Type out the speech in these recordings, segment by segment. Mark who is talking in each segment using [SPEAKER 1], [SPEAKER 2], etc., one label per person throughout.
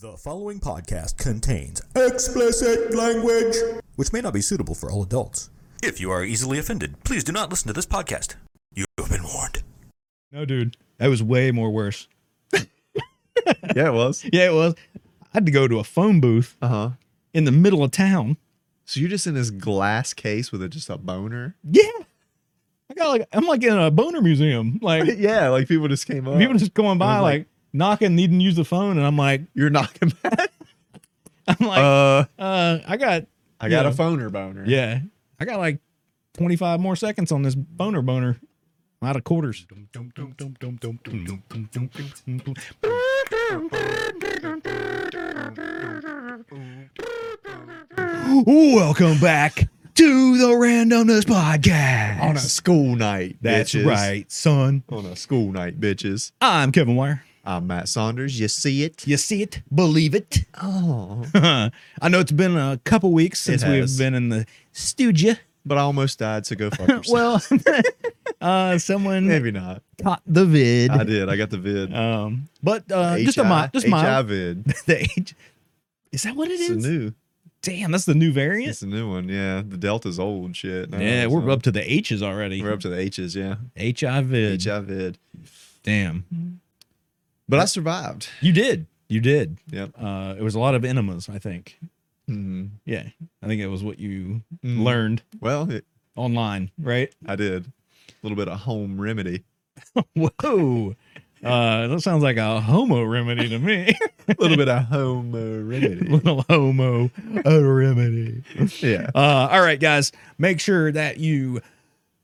[SPEAKER 1] The following podcast contains explicit language, which may not be suitable for all adults. If you are easily offended, please do not listen to this podcast. You have been warned.
[SPEAKER 2] No, dude, that was way more worse.
[SPEAKER 3] yeah, it was.
[SPEAKER 2] Yeah, it was. I had to go to a phone booth
[SPEAKER 3] Uh huh.
[SPEAKER 2] in the middle of town.
[SPEAKER 3] So you're just in this glass case with a, just a boner?
[SPEAKER 2] Yeah, I got like I'm like in a boner museum. Like
[SPEAKER 3] yeah, like people just came up.
[SPEAKER 2] people just going by,
[SPEAKER 3] I'm
[SPEAKER 2] like,
[SPEAKER 3] like-
[SPEAKER 2] knocking, needing to use the phone, and I'm like,
[SPEAKER 3] you're knocking back.
[SPEAKER 2] I'm like, uh,
[SPEAKER 3] Uh,
[SPEAKER 2] I got
[SPEAKER 3] I got
[SPEAKER 2] Yeah.
[SPEAKER 3] a phoner boner.
[SPEAKER 2] yeah, I got like 25 more seconds on this boner boner. Out of quarters. Welcome back to the Randomness Podcast.
[SPEAKER 3] On a school night.
[SPEAKER 2] That's
[SPEAKER 3] bitches.
[SPEAKER 2] right, son.
[SPEAKER 3] On a school night, bitches.
[SPEAKER 2] I'm Kevin Wire.
[SPEAKER 3] I'm Matt Saunders. You see it?
[SPEAKER 2] You see it, believe it.
[SPEAKER 3] Oh.
[SPEAKER 2] I know it's been a couple weeks since we've
[SPEAKER 3] has.
[SPEAKER 2] been in the studio.
[SPEAKER 3] But I almost died, so go fuck yourself.
[SPEAKER 2] Well, uh, someone
[SPEAKER 3] maybe not.
[SPEAKER 2] caught the vid.
[SPEAKER 3] I did. I got the vid.
[SPEAKER 2] Um, but uh, just a
[SPEAKER 3] HI
[SPEAKER 2] mild, just mild.
[SPEAKER 3] vid.
[SPEAKER 2] the H- is that what it
[SPEAKER 3] It's a
[SPEAKER 2] is?
[SPEAKER 3] new.
[SPEAKER 2] Damn, that's the new variant.
[SPEAKER 3] It's a new one. Yeah, the Delta's old shit. No,
[SPEAKER 2] yeah,
[SPEAKER 3] it's
[SPEAKER 2] we're
[SPEAKER 3] not.
[SPEAKER 2] up to the H's already.
[SPEAKER 3] We're up to the H's. Yeah,
[SPEAKER 2] HIV.
[SPEAKER 3] HI vid.
[SPEAKER 2] Damn,
[SPEAKER 3] But I survived.
[SPEAKER 2] you did. You did.
[SPEAKER 3] Yep.
[SPEAKER 2] Uh, it was a lot of enemas, I think.
[SPEAKER 3] Mm-hmm.
[SPEAKER 2] Yeah, I think it was what you
[SPEAKER 3] Mm.
[SPEAKER 2] learned
[SPEAKER 3] Well, it,
[SPEAKER 2] online, right?
[SPEAKER 3] I did a little bit of home remedy,
[SPEAKER 2] Whoa. Uh, that sounds like a homo remedy to me.
[SPEAKER 3] a little bit of home uh, remedy.
[SPEAKER 2] Little homo a remedy.
[SPEAKER 3] Yeah,
[SPEAKER 2] Uh, all right, guys, make sure that you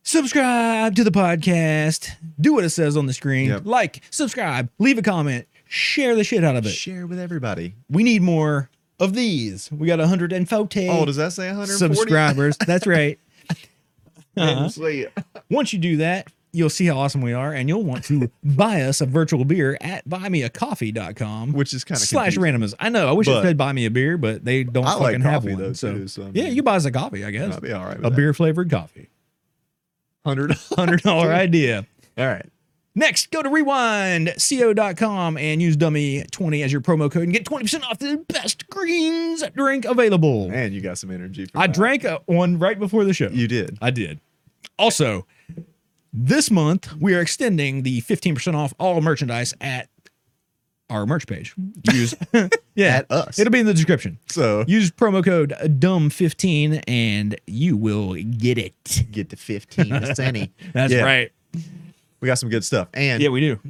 [SPEAKER 2] subscribe to the podcast. Do what it says on the screen.
[SPEAKER 3] Yep.
[SPEAKER 2] Like, subscribe, leave a comment, share the shit out of it.
[SPEAKER 3] share with everybody.
[SPEAKER 2] We need more of these. We got 140
[SPEAKER 3] Oh, does that say 140?
[SPEAKER 2] subscribers. That's right. Uh-huh.
[SPEAKER 3] it.
[SPEAKER 2] Once you do that, you'll see how awesome we are, and you'll want to buy us a virtual beer at buymeacoffee.com.
[SPEAKER 3] Which is kind of
[SPEAKER 2] slash randomness. I know. I wish it
[SPEAKER 3] But-
[SPEAKER 2] said buy me a beer, but they don't
[SPEAKER 3] I
[SPEAKER 2] fucking
[SPEAKER 3] like
[SPEAKER 2] have
[SPEAKER 3] coffee,
[SPEAKER 2] one.
[SPEAKER 3] though,
[SPEAKER 2] so.
[SPEAKER 3] too, so, I
[SPEAKER 2] yeah,
[SPEAKER 3] mean-
[SPEAKER 2] you buy us a coffee, I guess.
[SPEAKER 3] I'll be all right. With
[SPEAKER 2] A beer flavored coffee.
[SPEAKER 3] hundred.
[SPEAKER 2] Hundred dollar idea.
[SPEAKER 3] All right.
[SPEAKER 2] Next, go to rewindco.com and use dummy twenty as your promo code and get twenty percent off the best greens drink available.
[SPEAKER 3] Man, you got some energy. For
[SPEAKER 2] I
[SPEAKER 3] that.
[SPEAKER 2] drank a, one right before the show.
[SPEAKER 3] You did.
[SPEAKER 2] I did. Also, this month we are extending the 15% off all merchandise at our merch page. Use yeah,
[SPEAKER 3] At us.
[SPEAKER 2] It'll be in the description.
[SPEAKER 3] So
[SPEAKER 2] Use promo code dumb15 and you will get it.
[SPEAKER 3] get the fifteen percent.
[SPEAKER 2] That's
[SPEAKER 3] Yeah.
[SPEAKER 2] right.
[SPEAKER 3] We got some good stuff and
[SPEAKER 2] Yeah, we do.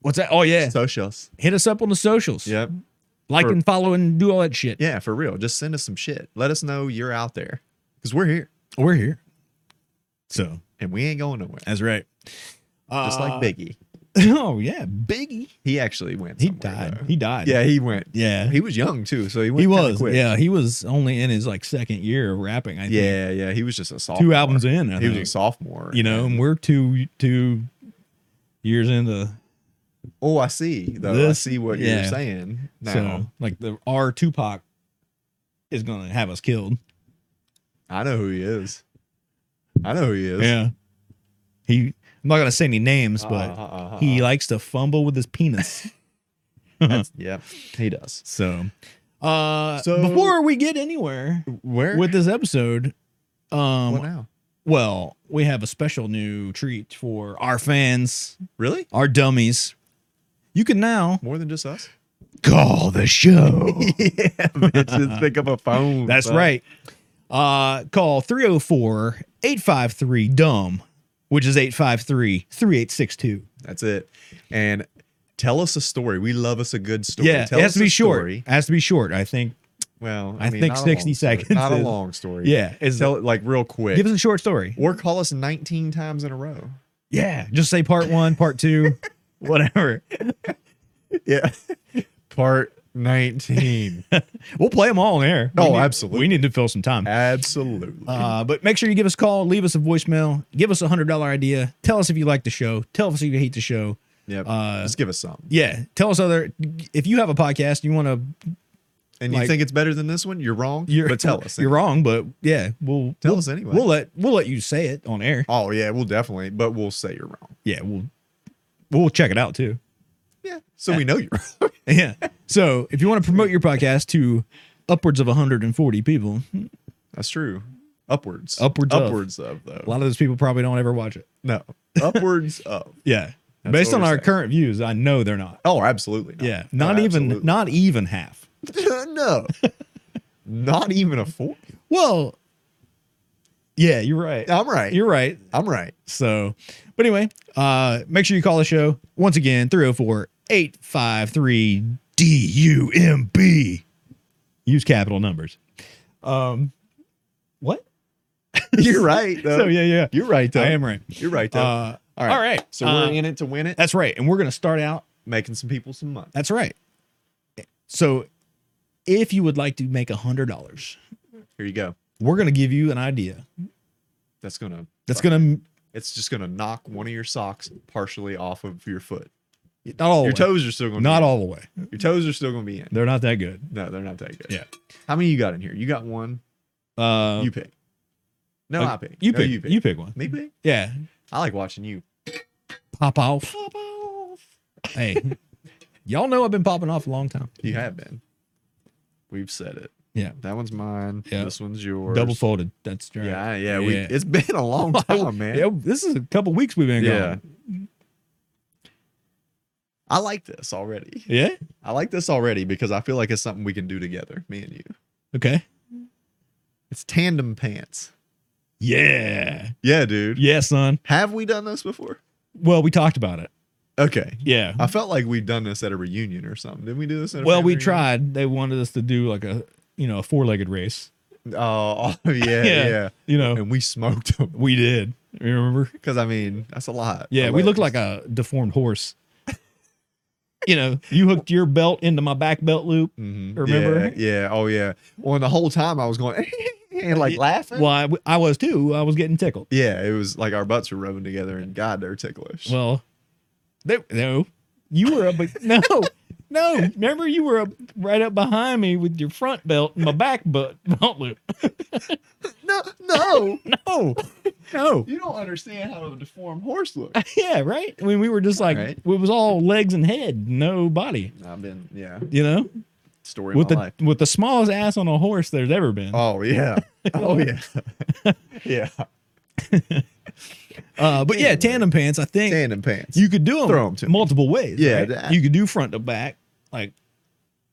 [SPEAKER 2] What's that? Oh yeah.
[SPEAKER 3] socials.
[SPEAKER 2] Hit us up on the socials.
[SPEAKER 3] Yep.
[SPEAKER 2] Like
[SPEAKER 3] For-
[SPEAKER 2] and follow and do all that shit.
[SPEAKER 3] Yeah, for real. Just send us some shit. Let us know you're out there because we're here
[SPEAKER 2] We're here. So
[SPEAKER 3] and we ain't going nowhere.
[SPEAKER 2] that's right. Uh,
[SPEAKER 3] Just like Biggie,
[SPEAKER 2] Oh yeah. Biggie.
[SPEAKER 3] he actually went.
[SPEAKER 2] He
[SPEAKER 3] somewhere,
[SPEAKER 2] died.
[SPEAKER 3] though.
[SPEAKER 2] He died.
[SPEAKER 3] Yeah, he went.
[SPEAKER 2] Yeah.
[SPEAKER 3] He was young too, so he went.
[SPEAKER 2] He
[SPEAKER 3] kinda
[SPEAKER 2] was,
[SPEAKER 3] quick.
[SPEAKER 2] yeah, he was only in his like second year of rapping. I think.
[SPEAKER 3] yeah, yeah. He was just a sophomore.
[SPEAKER 2] two albums in. I
[SPEAKER 3] He was
[SPEAKER 2] think.
[SPEAKER 3] a sophomore.
[SPEAKER 2] you know, and we're two two years into
[SPEAKER 3] Oh, I see. Though
[SPEAKER 2] This-
[SPEAKER 3] I see what you're
[SPEAKER 2] yeah.
[SPEAKER 3] saying now.
[SPEAKER 2] so like the our Tupac is gonna have us killed.
[SPEAKER 3] I know who he is. I know who he is.
[SPEAKER 2] Yeah, he. I'm not gonna say any names,
[SPEAKER 3] Uh,
[SPEAKER 2] but
[SPEAKER 3] uh, uh, uh,
[SPEAKER 2] he uh,
[SPEAKER 3] uh.
[SPEAKER 2] likes to fumble with his penis.
[SPEAKER 3] yeah, uh-huh. he does.
[SPEAKER 2] so, uh,
[SPEAKER 3] So-
[SPEAKER 2] before we get anywhere
[SPEAKER 3] Where?
[SPEAKER 2] with this episode, um,
[SPEAKER 3] what now?
[SPEAKER 2] well, we have a special new treat for our fans.
[SPEAKER 3] Really?
[SPEAKER 2] our dummies, you can now
[SPEAKER 3] More than just us?
[SPEAKER 2] call the show.
[SPEAKER 3] yeah, bitch, just pick up a phone.
[SPEAKER 2] That's
[SPEAKER 3] son.
[SPEAKER 2] right. Uh, call 304 853 DUMB, which is 853 3862.
[SPEAKER 3] That's it. And tell us a story. We love us a good story.
[SPEAKER 2] Yeah, it
[SPEAKER 3] tell
[SPEAKER 2] has
[SPEAKER 3] us
[SPEAKER 2] to be
[SPEAKER 3] a
[SPEAKER 2] short.
[SPEAKER 3] story.
[SPEAKER 2] It has to be short, I think.
[SPEAKER 3] Well,
[SPEAKER 2] I think
[SPEAKER 3] not a
[SPEAKER 2] 60
[SPEAKER 3] long story.
[SPEAKER 2] seconds
[SPEAKER 3] Not a
[SPEAKER 2] is-
[SPEAKER 3] long story.
[SPEAKER 2] Yeah. Is,
[SPEAKER 3] Tell it like real quick.
[SPEAKER 2] give us a short story.
[SPEAKER 3] or call us 19 times in a row.
[SPEAKER 2] Yeah. Just say part one, part two, whatever.
[SPEAKER 3] Yeah. Part 19.
[SPEAKER 2] We'll play them all in air.
[SPEAKER 3] Oh,
[SPEAKER 2] need-
[SPEAKER 3] absolutely.
[SPEAKER 2] We need to fill some time.
[SPEAKER 3] Absolutely.
[SPEAKER 2] Uh, but make sure you give us a call, leave us a voicemail, give us a $100 idea. Tell us if you like the show. Tell us if you hate the show.
[SPEAKER 3] yep.
[SPEAKER 2] uh,
[SPEAKER 3] Just give us something.
[SPEAKER 2] Yeah. Tell us other if you have a podcast and you want to
[SPEAKER 3] And
[SPEAKER 2] like-
[SPEAKER 3] you think it's better than this one? You're wrong.
[SPEAKER 2] you're
[SPEAKER 3] but tell us.
[SPEAKER 2] You're
[SPEAKER 3] anyway.
[SPEAKER 2] wrong, but yeah, we'll
[SPEAKER 3] Tell
[SPEAKER 2] we'll,
[SPEAKER 3] us anyway.
[SPEAKER 2] We'll let we'll let you say it on air.
[SPEAKER 3] Oh yeah, we'll definitely. But we'll say you're wrong.
[SPEAKER 2] Yeah, Uh, we'll we'll check it out too.
[SPEAKER 3] Yeah. So we know you.
[SPEAKER 2] Yeah. So if you want to promote your podcast to upwards of 140 people,
[SPEAKER 3] That's true. Upwards.
[SPEAKER 2] Upwards of.
[SPEAKER 3] Upwards of, though.
[SPEAKER 2] a lot of those people probably don't ever watch it.
[SPEAKER 3] No. Upwards of.
[SPEAKER 2] Yeah.
[SPEAKER 3] That's
[SPEAKER 2] Based
[SPEAKER 3] what
[SPEAKER 2] on
[SPEAKER 3] we're
[SPEAKER 2] our
[SPEAKER 3] saying.
[SPEAKER 2] current views, I know they're not.
[SPEAKER 3] Oh, absolutely. Not.
[SPEAKER 2] Yeah.
[SPEAKER 3] Oh,
[SPEAKER 2] Not even
[SPEAKER 3] absolutely.
[SPEAKER 2] not even half.
[SPEAKER 3] no. Not even a four.
[SPEAKER 2] Well, yeah, you're right.
[SPEAKER 3] I'm right.
[SPEAKER 2] You're right.
[SPEAKER 3] I'm right.
[SPEAKER 2] So, but anyway, uh make sure you call the show once again 304-853 DUMB. Use capital numbers. Um what?
[SPEAKER 3] You're right. Though.
[SPEAKER 2] So yeah, yeah.
[SPEAKER 3] You're right. Though.
[SPEAKER 2] I am right.
[SPEAKER 3] You're right. Though.
[SPEAKER 2] Uh
[SPEAKER 3] all right.
[SPEAKER 2] all right.
[SPEAKER 3] So we're
[SPEAKER 2] Uh,
[SPEAKER 3] in it to win it.
[SPEAKER 2] that's right. And we're going to start out
[SPEAKER 3] Making some people some money.
[SPEAKER 2] That's right. So if you would like to make a hundred dollars,
[SPEAKER 3] Here you go.
[SPEAKER 2] we're gonna give you an idea
[SPEAKER 3] That's gonna.
[SPEAKER 2] that's gonna
[SPEAKER 3] It's just gonna knock one of your socks partially off of your foot.
[SPEAKER 2] not all
[SPEAKER 3] Your
[SPEAKER 2] the way,
[SPEAKER 3] toes are still gonna.
[SPEAKER 2] Oh, not
[SPEAKER 3] be
[SPEAKER 2] all the way.
[SPEAKER 3] In. Your toes are still gonna be in.
[SPEAKER 2] They're not that good.
[SPEAKER 3] No, they're not that good.
[SPEAKER 2] Yeah.
[SPEAKER 3] How many you got in here? You got one.
[SPEAKER 2] Uh,
[SPEAKER 3] you pick. No,
[SPEAKER 2] uh,
[SPEAKER 3] I pick.
[SPEAKER 2] You
[SPEAKER 3] No,
[SPEAKER 2] pick.
[SPEAKER 3] You pick.
[SPEAKER 2] You pick one.
[SPEAKER 3] Me pick.
[SPEAKER 2] Yeah.
[SPEAKER 3] I like watching you.
[SPEAKER 2] Pop off. Pop off. Hey, y'all know I've been popping off a long time.
[SPEAKER 3] You have been. We've said it.
[SPEAKER 2] Yeah.
[SPEAKER 3] That one's mine.
[SPEAKER 2] Yeah.
[SPEAKER 3] This one's yours.
[SPEAKER 2] Double folded. That's right.
[SPEAKER 3] Yeah, yeah, We,
[SPEAKER 2] Yeah.
[SPEAKER 3] it's been a long time, man.
[SPEAKER 2] Yeah, this is a couple weeks we've been
[SPEAKER 3] Yeah.
[SPEAKER 2] gone.
[SPEAKER 3] I like this already.
[SPEAKER 2] Yeah.
[SPEAKER 3] I like this already because I feel like it's something we can do together, me and you.
[SPEAKER 2] Okay.
[SPEAKER 3] It's tandem pants.
[SPEAKER 2] Yeah.
[SPEAKER 3] Yeah, dude.
[SPEAKER 2] Yeah, son.
[SPEAKER 3] Have we done this before?
[SPEAKER 2] Well, we talked about it.
[SPEAKER 3] Okay.
[SPEAKER 2] Yeah.
[SPEAKER 3] I felt like we've done this at a reunion or something. Didn't we do this? At a
[SPEAKER 2] Well,
[SPEAKER 3] family
[SPEAKER 2] we tried. They wanted us to do like a you know a four legged race.
[SPEAKER 3] reunion? Oh, yeah,
[SPEAKER 2] Yeah.
[SPEAKER 3] yeah,
[SPEAKER 2] You know,
[SPEAKER 3] And we smoked them
[SPEAKER 2] we did. You remember?
[SPEAKER 3] because I mean that's a lot.
[SPEAKER 2] Yeah,
[SPEAKER 3] of
[SPEAKER 2] we looked
[SPEAKER 3] legs.
[SPEAKER 2] like a deformed horse. you know, you hooked your belt into my back belt loop.
[SPEAKER 3] Mhm.
[SPEAKER 2] Remember?
[SPEAKER 3] Yeah, yeah. Oh, yeah. Well, and the whole time I was going and like
[SPEAKER 2] Yeah.
[SPEAKER 3] laughing.
[SPEAKER 2] Well, I, w- I was too. I was getting tickled.
[SPEAKER 3] Yeah, it was like our butts were rubbing together, and God, they're ticklish.
[SPEAKER 2] Well, they, no, you were up. No, no. Remember, you were up right up behind me with your front belt and my back butt belt loop.
[SPEAKER 3] no, no,
[SPEAKER 2] No, no.
[SPEAKER 3] you don't understand how a deformed horse looks.
[SPEAKER 2] Yeah, right. I mean, we were just like
[SPEAKER 3] Right.
[SPEAKER 2] it was all legs and head, no body.
[SPEAKER 3] I've been, yeah,
[SPEAKER 2] You know.
[SPEAKER 3] story
[SPEAKER 2] with
[SPEAKER 3] of
[SPEAKER 2] the
[SPEAKER 3] my life.
[SPEAKER 2] with the smallest ass on a horse there's ever been.
[SPEAKER 3] Oh yeah, oh yeah, yeah.
[SPEAKER 2] Uh, but yeah, tandem pants. I think
[SPEAKER 3] Tandem pants.
[SPEAKER 2] you could do them,
[SPEAKER 3] Throw 'em to me.
[SPEAKER 2] multiple ways.
[SPEAKER 3] Yeah,
[SPEAKER 2] right?
[SPEAKER 3] that-
[SPEAKER 2] you could do front to back. Like,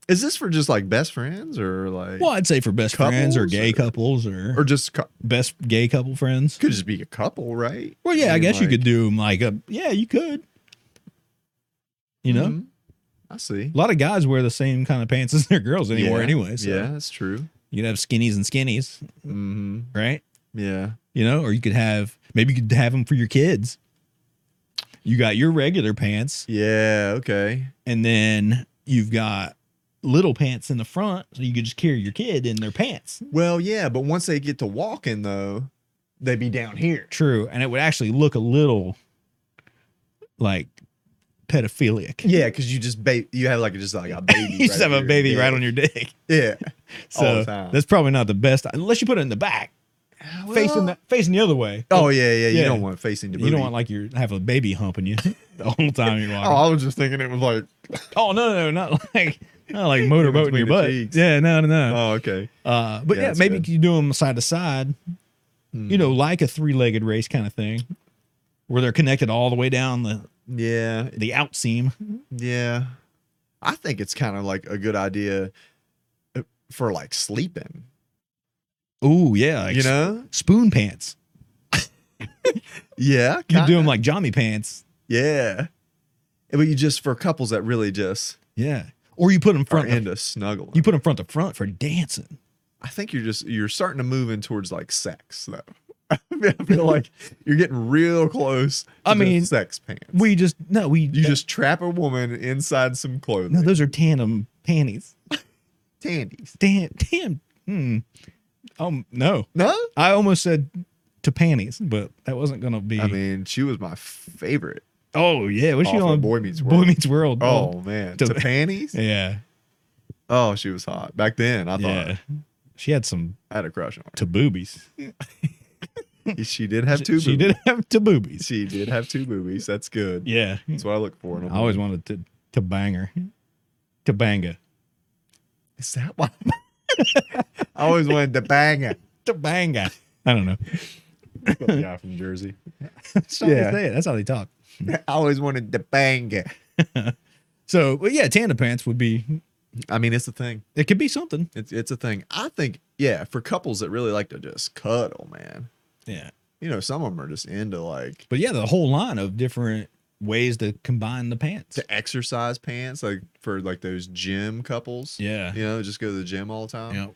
[SPEAKER 3] Is this for just like best friends or like,
[SPEAKER 2] well, I'd say for best friends or
[SPEAKER 3] Couples
[SPEAKER 2] gay
[SPEAKER 3] or-
[SPEAKER 2] couples or,
[SPEAKER 3] or just cou-
[SPEAKER 2] best gay couple friends.
[SPEAKER 3] could just be a couple, right?
[SPEAKER 2] Well, yeah, I,
[SPEAKER 3] mean,
[SPEAKER 2] guess you
[SPEAKER 3] like-
[SPEAKER 2] could do them like a yeah, you could. You know,
[SPEAKER 3] Mhm. I see.
[SPEAKER 2] a lot of guys wear the same kind of pants as their girls anymore,
[SPEAKER 3] Yeah,
[SPEAKER 2] anyway. So
[SPEAKER 3] Yeah, that's true.
[SPEAKER 2] you could have skinnies and skinnies,
[SPEAKER 3] hmm
[SPEAKER 2] right?
[SPEAKER 3] Yeah,
[SPEAKER 2] You know, or you could have maybe you could have them for your kids. You got your regular pants,
[SPEAKER 3] yeah. Okay.
[SPEAKER 2] and then you've got little pants in the front, so you could just carry your kid in their pants.
[SPEAKER 3] Well, yeah, but once they get to walking though, they be down here.
[SPEAKER 2] True, and it would actually look a little like pedophilic.
[SPEAKER 3] Yeah, because you just ba- you have like just like a baby.
[SPEAKER 2] you just
[SPEAKER 3] right
[SPEAKER 2] have a
[SPEAKER 3] here.
[SPEAKER 2] baby
[SPEAKER 3] Yeah.
[SPEAKER 2] right on your dick,
[SPEAKER 3] Yeah. All
[SPEAKER 2] so
[SPEAKER 3] the time.
[SPEAKER 2] that's probably not the best unless you put it in the back, facing the facing the other way.
[SPEAKER 3] Oh yeah, yeah. You
[SPEAKER 2] Yeah.
[SPEAKER 3] don't want facing the booty.
[SPEAKER 2] You don't want like you have a baby humping you the whole time you're walking.
[SPEAKER 3] Oh, I was just thinking it was like.
[SPEAKER 2] Oh, no, no, not like not like motorboating
[SPEAKER 3] Between
[SPEAKER 2] your
[SPEAKER 3] the
[SPEAKER 2] butt.
[SPEAKER 3] cheeks.
[SPEAKER 2] Yeah, no, no, no.
[SPEAKER 3] Oh, okay.
[SPEAKER 2] Uh, but
[SPEAKER 3] Yeah,
[SPEAKER 2] yeah,
[SPEAKER 3] that's
[SPEAKER 2] maybe
[SPEAKER 3] good. Hmm.
[SPEAKER 2] you do them side to side, you know, like a three legged race kind of thing, where they're connected all the way down the
[SPEAKER 3] Yeah,
[SPEAKER 2] the out seam.
[SPEAKER 3] yeah. I think it's kind of like a good idea uh, for like sleeping.
[SPEAKER 2] Oh yeah, like
[SPEAKER 3] you
[SPEAKER 2] s-
[SPEAKER 3] know?
[SPEAKER 2] spoon pants.
[SPEAKER 3] Yeah.
[SPEAKER 2] You do
[SPEAKER 3] kinda.
[SPEAKER 2] them like Johnny pants.
[SPEAKER 3] Yeah. But you just for couples that really just
[SPEAKER 2] Yeah, or you put them
[SPEAKER 3] are
[SPEAKER 2] front. to-
[SPEAKER 3] into snuggling.
[SPEAKER 2] you put them front to front for dancing.
[SPEAKER 3] I think you're just you're starting to move in towards like sex though. I mean, I feel like you're getting real close. To
[SPEAKER 2] I
[SPEAKER 3] just
[SPEAKER 2] mean,
[SPEAKER 3] sex pants.
[SPEAKER 2] We just no, we
[SPEAKER 3] you just trap a woman inside some clothing.
[SPEAKER 2] no. Those are tandem panties.
[SPEAKER 3] tandies.
[SPEAKER 2] Damn, damn. Hmm. Oh no,
[SPEAKER 3] No,
[SPEAKER 2] I almost said to panties, but that wasn't gonna be.
[SPEAKER 3] I mean she was my favorite.
[SPEAKER 2] oh yeah, was she
[SPEAKER 3] off of
[SPEAKER 2] on
[SPEAKER 3] Boy Meets
[SPEAKER 2] Boy
[SPEAKER 3] World?
[SPEAKER 2] Meets World?
[SPEAKER 3] oh man,
[SPEAKER 2] to-
[SPEAKER 3] to panties.
[SPEAKER 2] yeah.
[SPEAKER 3] Oh, she was hot back then. I thought
[SPEAKER 2] Yeah. She had some
[SPEAKER 3] I had a crush on
[SPEAKER 2] to boobies.
[SPEAKER 3] her. She did have two.
[SPEAKER 2] She
[SPEAKER 3] boobies.
[SPEAKER 2] did have to boobies.
[SPEAKER 3] She did have two boobies. That's good.
[SPEAKER 2] Yeah.
[SPEAKER 3] That's what I look for. In a
[SPEAKER 2] I always wanted to Kabanger. Kabanga.
[SPEAKER 3] Is that why? I always wanted to bang it.
[SPEAKER 2] Kabanga. I don't know.
[SPEAKER 3] The guy from Jersey.
[SPEAKER 2] That's how they
[SPEAKER 3] Yeah.
[SPEAKER 2] say it. That's how they talk.
[SPEAKER 3] I always wanted to bang it.
[SPEAKER 2] So, but yeah, tandem pants would be,
[SPEAKER 3] I mean, it's a thing.
[SPEAKER 2] it could be something.
[SPEAKER 3] It's it's a thing. I think, yeah, for couples that really like to just cuddle, man.
[SPEAKER 2] Yeah.
[SPEAKER 3] You know, some of them are just into like
[SPEAKER 2] But yeah, the whole line of different ways to combine the pants.
[SPEAKER 3] to exercise pants, like for like those gym couples.
[SPEAKER 2] Yeah.
[SPEAKER 3] You know, just go to the gym all the
[SPEAKER 2] You
[SPEAKER 3] time.
[SPEAKER 2] know,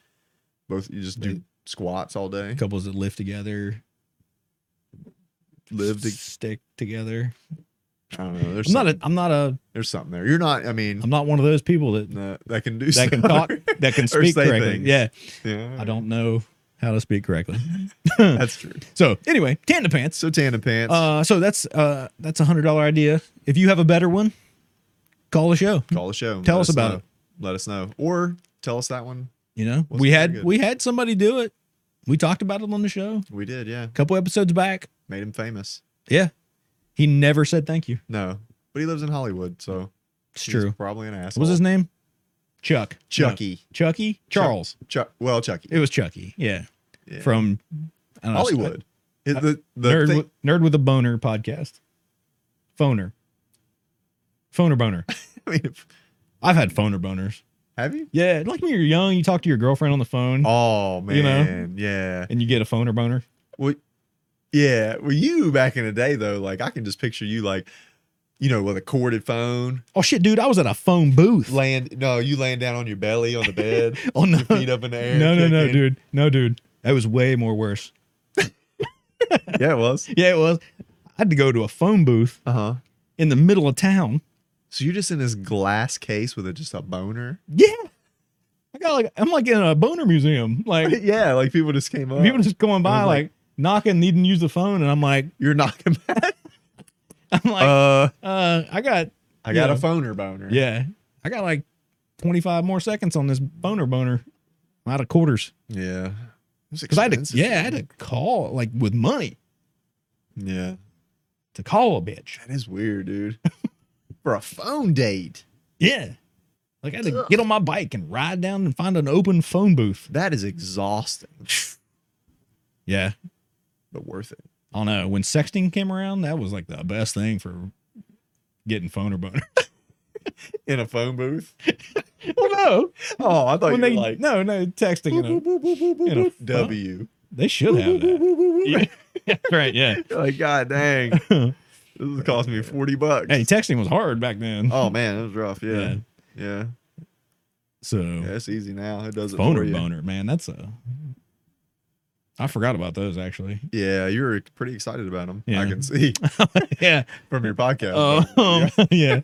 [SPEAKER 3] Both you just do squats all day.
[SPEAKER 2] couples that live together,
[SPEAKER 3] Live to,
[SPEAKER 2] stick together.
[SPEAKER 3] I don't know. There's
[SPEAKER 2] I'm not
[SPEAKER 3] something,
[SPEAKER 2] a, I'm not a,
[SPEAKER 3] there's something there. You're not. I mean,
[SPEAKER 2] I'm not one of those people that,
[SPEAKER 3] no, that can do.
[SPEAKER 2] Um, that can
[SPEAKER 3] something.
[SPEAKER 2] talk, that can speak
[SPEAKER 3] say
[SPEAKER 2] correctly.
[SPEAKER 3] things.
[SPEAKER 2] Yeah.
[SPEAKER 3] Yeah,
[SPEAKER 2] I don't know how to speak correctly.
[SPEAKER 3] That's true.
[SPEAKER 2] So anyway, tandem pants.
[SPEAKER 3] So tandem pants.
[SPEAKER 2] Uh, so that's uh, that's a hundred dollar idea. If you have a better one, call the show.
[SPEAKER 3] Call the show.
[SPEAKER 2] tell
[SPEAKER 3] Let
[SPEAKER 2] us about
[SPEAKER 3] know.
[SPEAKER 2] it.
[SPEAKER 3] Let us know, or tell us that one.
[SPEAKER 2] You know,
[SPEAKER 3] Wasn't
[SPEAKER 2] we
[SPEAKER 3] very
[SPEAKER 2] had
[SPEAKER 3] good.
[SPEAKER 2] we had somebody do it. We talked about it on the show
[SPEAKER 3] We did, yeah.
[SPEAKER 2] a couple episodes back.
[SPEAKER 3] Made him famous.
[SPEAKER 2] Yeah, he never said thank you.
[SPEAKER 3] No, but he lives in Hollywood, so
[SPEAKER 2] It's
[SPEAKER 3] he's
[SPEAKER 2] true.
[SPEAKER 3] Probably an
[SPEAKER 2] What
[SPEAKER 3] asshole.
[SPEAKER 2] was his name? Chuck.
[SPEAKER 3] Chucky.
[SPEAKER 2] No, Chucky. Charles.
[SPEAKER 3] Chuck. Well, Chucky
[SPEAKER 2] It was Chucky. Yeah.
[SPEAKER 3] Yeah.
[SPEAKER 2] From I don't know,
[SPEAKER 3] Hollywood. Is the the
[SPEAKER 2] Nerd,
[SPEAKER 3] thing-
[SPEAKER 2] with, Nerd with a boner podcast. Phoner. Phoner boner.
[SPEAKER 3] I mean, if-
[SPEAKER 2] I've had phoner boners.
[SPEAKER 3] have you?
[SPEAKER 2] Yeah, like when you're young, you talk to your girlfriend on the phone
[SPEAKER 3] Oh man,
[SPEAKER 2] You know?
[SPEAKER 3] yeah,
[SPEAKER 2] and you get a phone or boner.
[SPEAKER 3] well, yeah. Well, you back in the day though, like I can just picture you like, you know, with a corded phone,
[SPEAKER 2] Oh shit, dude, I was at a phone booth.
[SPEAKER 3] land. No, you laying down on your belly on the bed,
[SPEAKER 2] oh no.
[SPEAKER 3] your feet up in the air.
[SPEAKER 2] No, no, no,
[SPEAKER 3] kicking.
[SPEAKER 2] dude. No, dude. That was way more worse.
[SPEAKER 3] Yeah, it was.
[SPEAKER 2] Yeah, it was. I had to go to a phone booth
[SPEAKER 3] Uh huh.
[SPEAKER 2] in the middle of town.
[SPEAKER 3] So you're just in this glass case with a, just a boner.
[SPEAKER 2] Yeah. I got like I'm like in a boner museum. Like
[SPEAKER 3] yeah, like people just came up.
[SPEAKER 2] people just going by
[SPEAKER 3] I was
[SPEAKER 2] like,
[SPEAKER 3] like-
[SPEAKER 2] knocking, needing to use the phone, and I'm like,
[SPEAKER 3] You're knocking back.
[SPEAKER 2] I'm like,
[SPEAKER 3] Uh,
[SPEAKER 2] uh, I got
[SPEAKER 3] I got
[SPEAKER 2] yeah.
[SPEAKER 3] a phoner boner.
[SPEAKER 2] yeah. I got like 25 more seconds on this boner boner. I'm out of quarters.
[SPEAKER 3] yeah.
[SPEAKER 2] Because I had to yeah, I had to call like with money.
[SPEAKER 3] yeah.
[SPEAKER 2] to call a bitch.
[SPEAKER 3] That is weird, dude. For a phone date,
[SPEAKER 2] Yeah. Like I had to get on my bike and ride down and find an open phone booth.
[SPEAKER 3] that is exhausting,
[SPEAKER 2] Yeah.
[SPEAKER 3] but worth it.
[SPEAKER 2] I don't know. When sexting came around, that was like the best thing for getting phone or boner.
[SPEAKER 3] In a phone booth.
[SPEAKER 2] well, no.
[SPEAKER 3] Oh, I thought
[SPEAKER 2] when
[SPEAKER 3] you were
[SPEAKER 2] they,
[SPEAKER 3] like
[SPEAKER 2] no, no, texting. You know, in a phone.
[SPEAKER 3] W.
[SPEAKER 2] they should have that. Yeah. right. Yeah.
[SPEAKER 3] Like God dang, this
[SPEAKER 2] hey,
[SPEAKER 3] is costing me forty bucks.
[SPEAKER 2] texting was hard back then.
[SPEAKER 3] Oh man, that was rough. Yeah. Yeah.
[SPEAKER 2] So
[SPEAKER 3] Yeah, it's easy now. It does it
[SPEAKER 2] phone
[SPEAKER 3] for
[SPEAKER 2] or
[SPEAKER 3] you.
[SPEAKER 2] boner, man. That's a. I forgot about those actually.
[SPEAKER 3] Yeah, you were pretty excited about them.
[SPEAKER 2] Yeah.
[SPEAKER 3] I can see
[SPEAKER 2] yeah.
[SPEAKER 3] from your podcast.
[SPEAKER 2] Oh, yeah.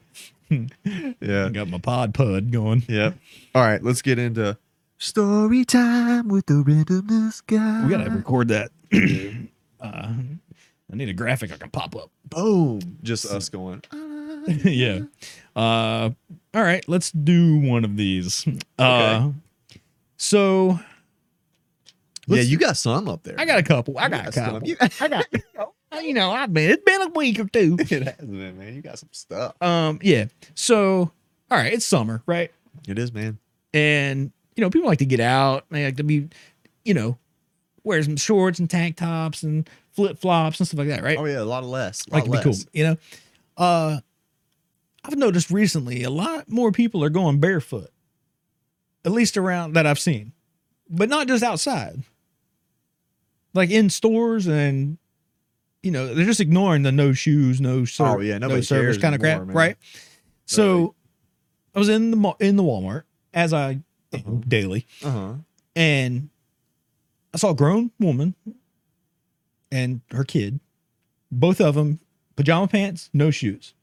[SPEAKER 3] yeah.
[SPEAKER 2] I got my pod pud going.
[SPEAKER 3] Yeah. All right, let's get into story time with the randomness guy.
[SPEAKER 2] We gotta record that. uh, I need a graphic I can pop up.
[SPEAKER 3] boom. Just us going. "Ah."
[SPEAKER 2] yeah. Uh, all right, let's do one of these. Uh, so
[SPEAKER 3] yeah,
[SPEAKER 2] let's-
[SPEAKER 3] you got some up there.
[SPEAKER 2] I got a couple. I got a
[SPEAKER 3] That's dumb.
[SPEAKER 2] couple.
[SPEAKER 3] You-
[SPEAKER 2] I got. You know, I've been. It's been a week or two.
[SPEAKER 3] it has been, man. You got some stuff.
[SPEAKER 2] Um. Yeah. So, all right, it's summer, right?
[SPEAKER 3] It is, man.
[SPEAKER 2] and you know people like to get out and they like to be you know wear some shorts and tank tops and flip flops and stuff like that right
[SPEAKER 3] Oh yeah, a lot of less.
[SPEAKER 2] like
[SPEAKER 3] Lot
[SPEAKER 2] to be
[SPEAKER 3] less.
[SPEAKER 2] cool you know uh i've noticed recently a lot more people are going barefoot at least around that i've seen but not just outside like in stores and you know they're just ignoring the no shoes no service
[SPEAKER 3] Oh yeah,
[SPEAKER 2] no
[SPEAKER 3] nobody
[SPEAKER 2] service
[SPEAKER 3] cares
[SPEAKER 2] kind of crap,
[SPEAKER 3] anymore, man.
[SPEAKER 2] right? So,
[SPEAKER 3] Really.
[SPEAKER 2] I was in the ma- in the Walmart as I am daily,
[SPEAKER 3] Uh-huh.
[SPEAKER 2] and I saw a grown woman and her kid, both of them pajama pants, no shoes.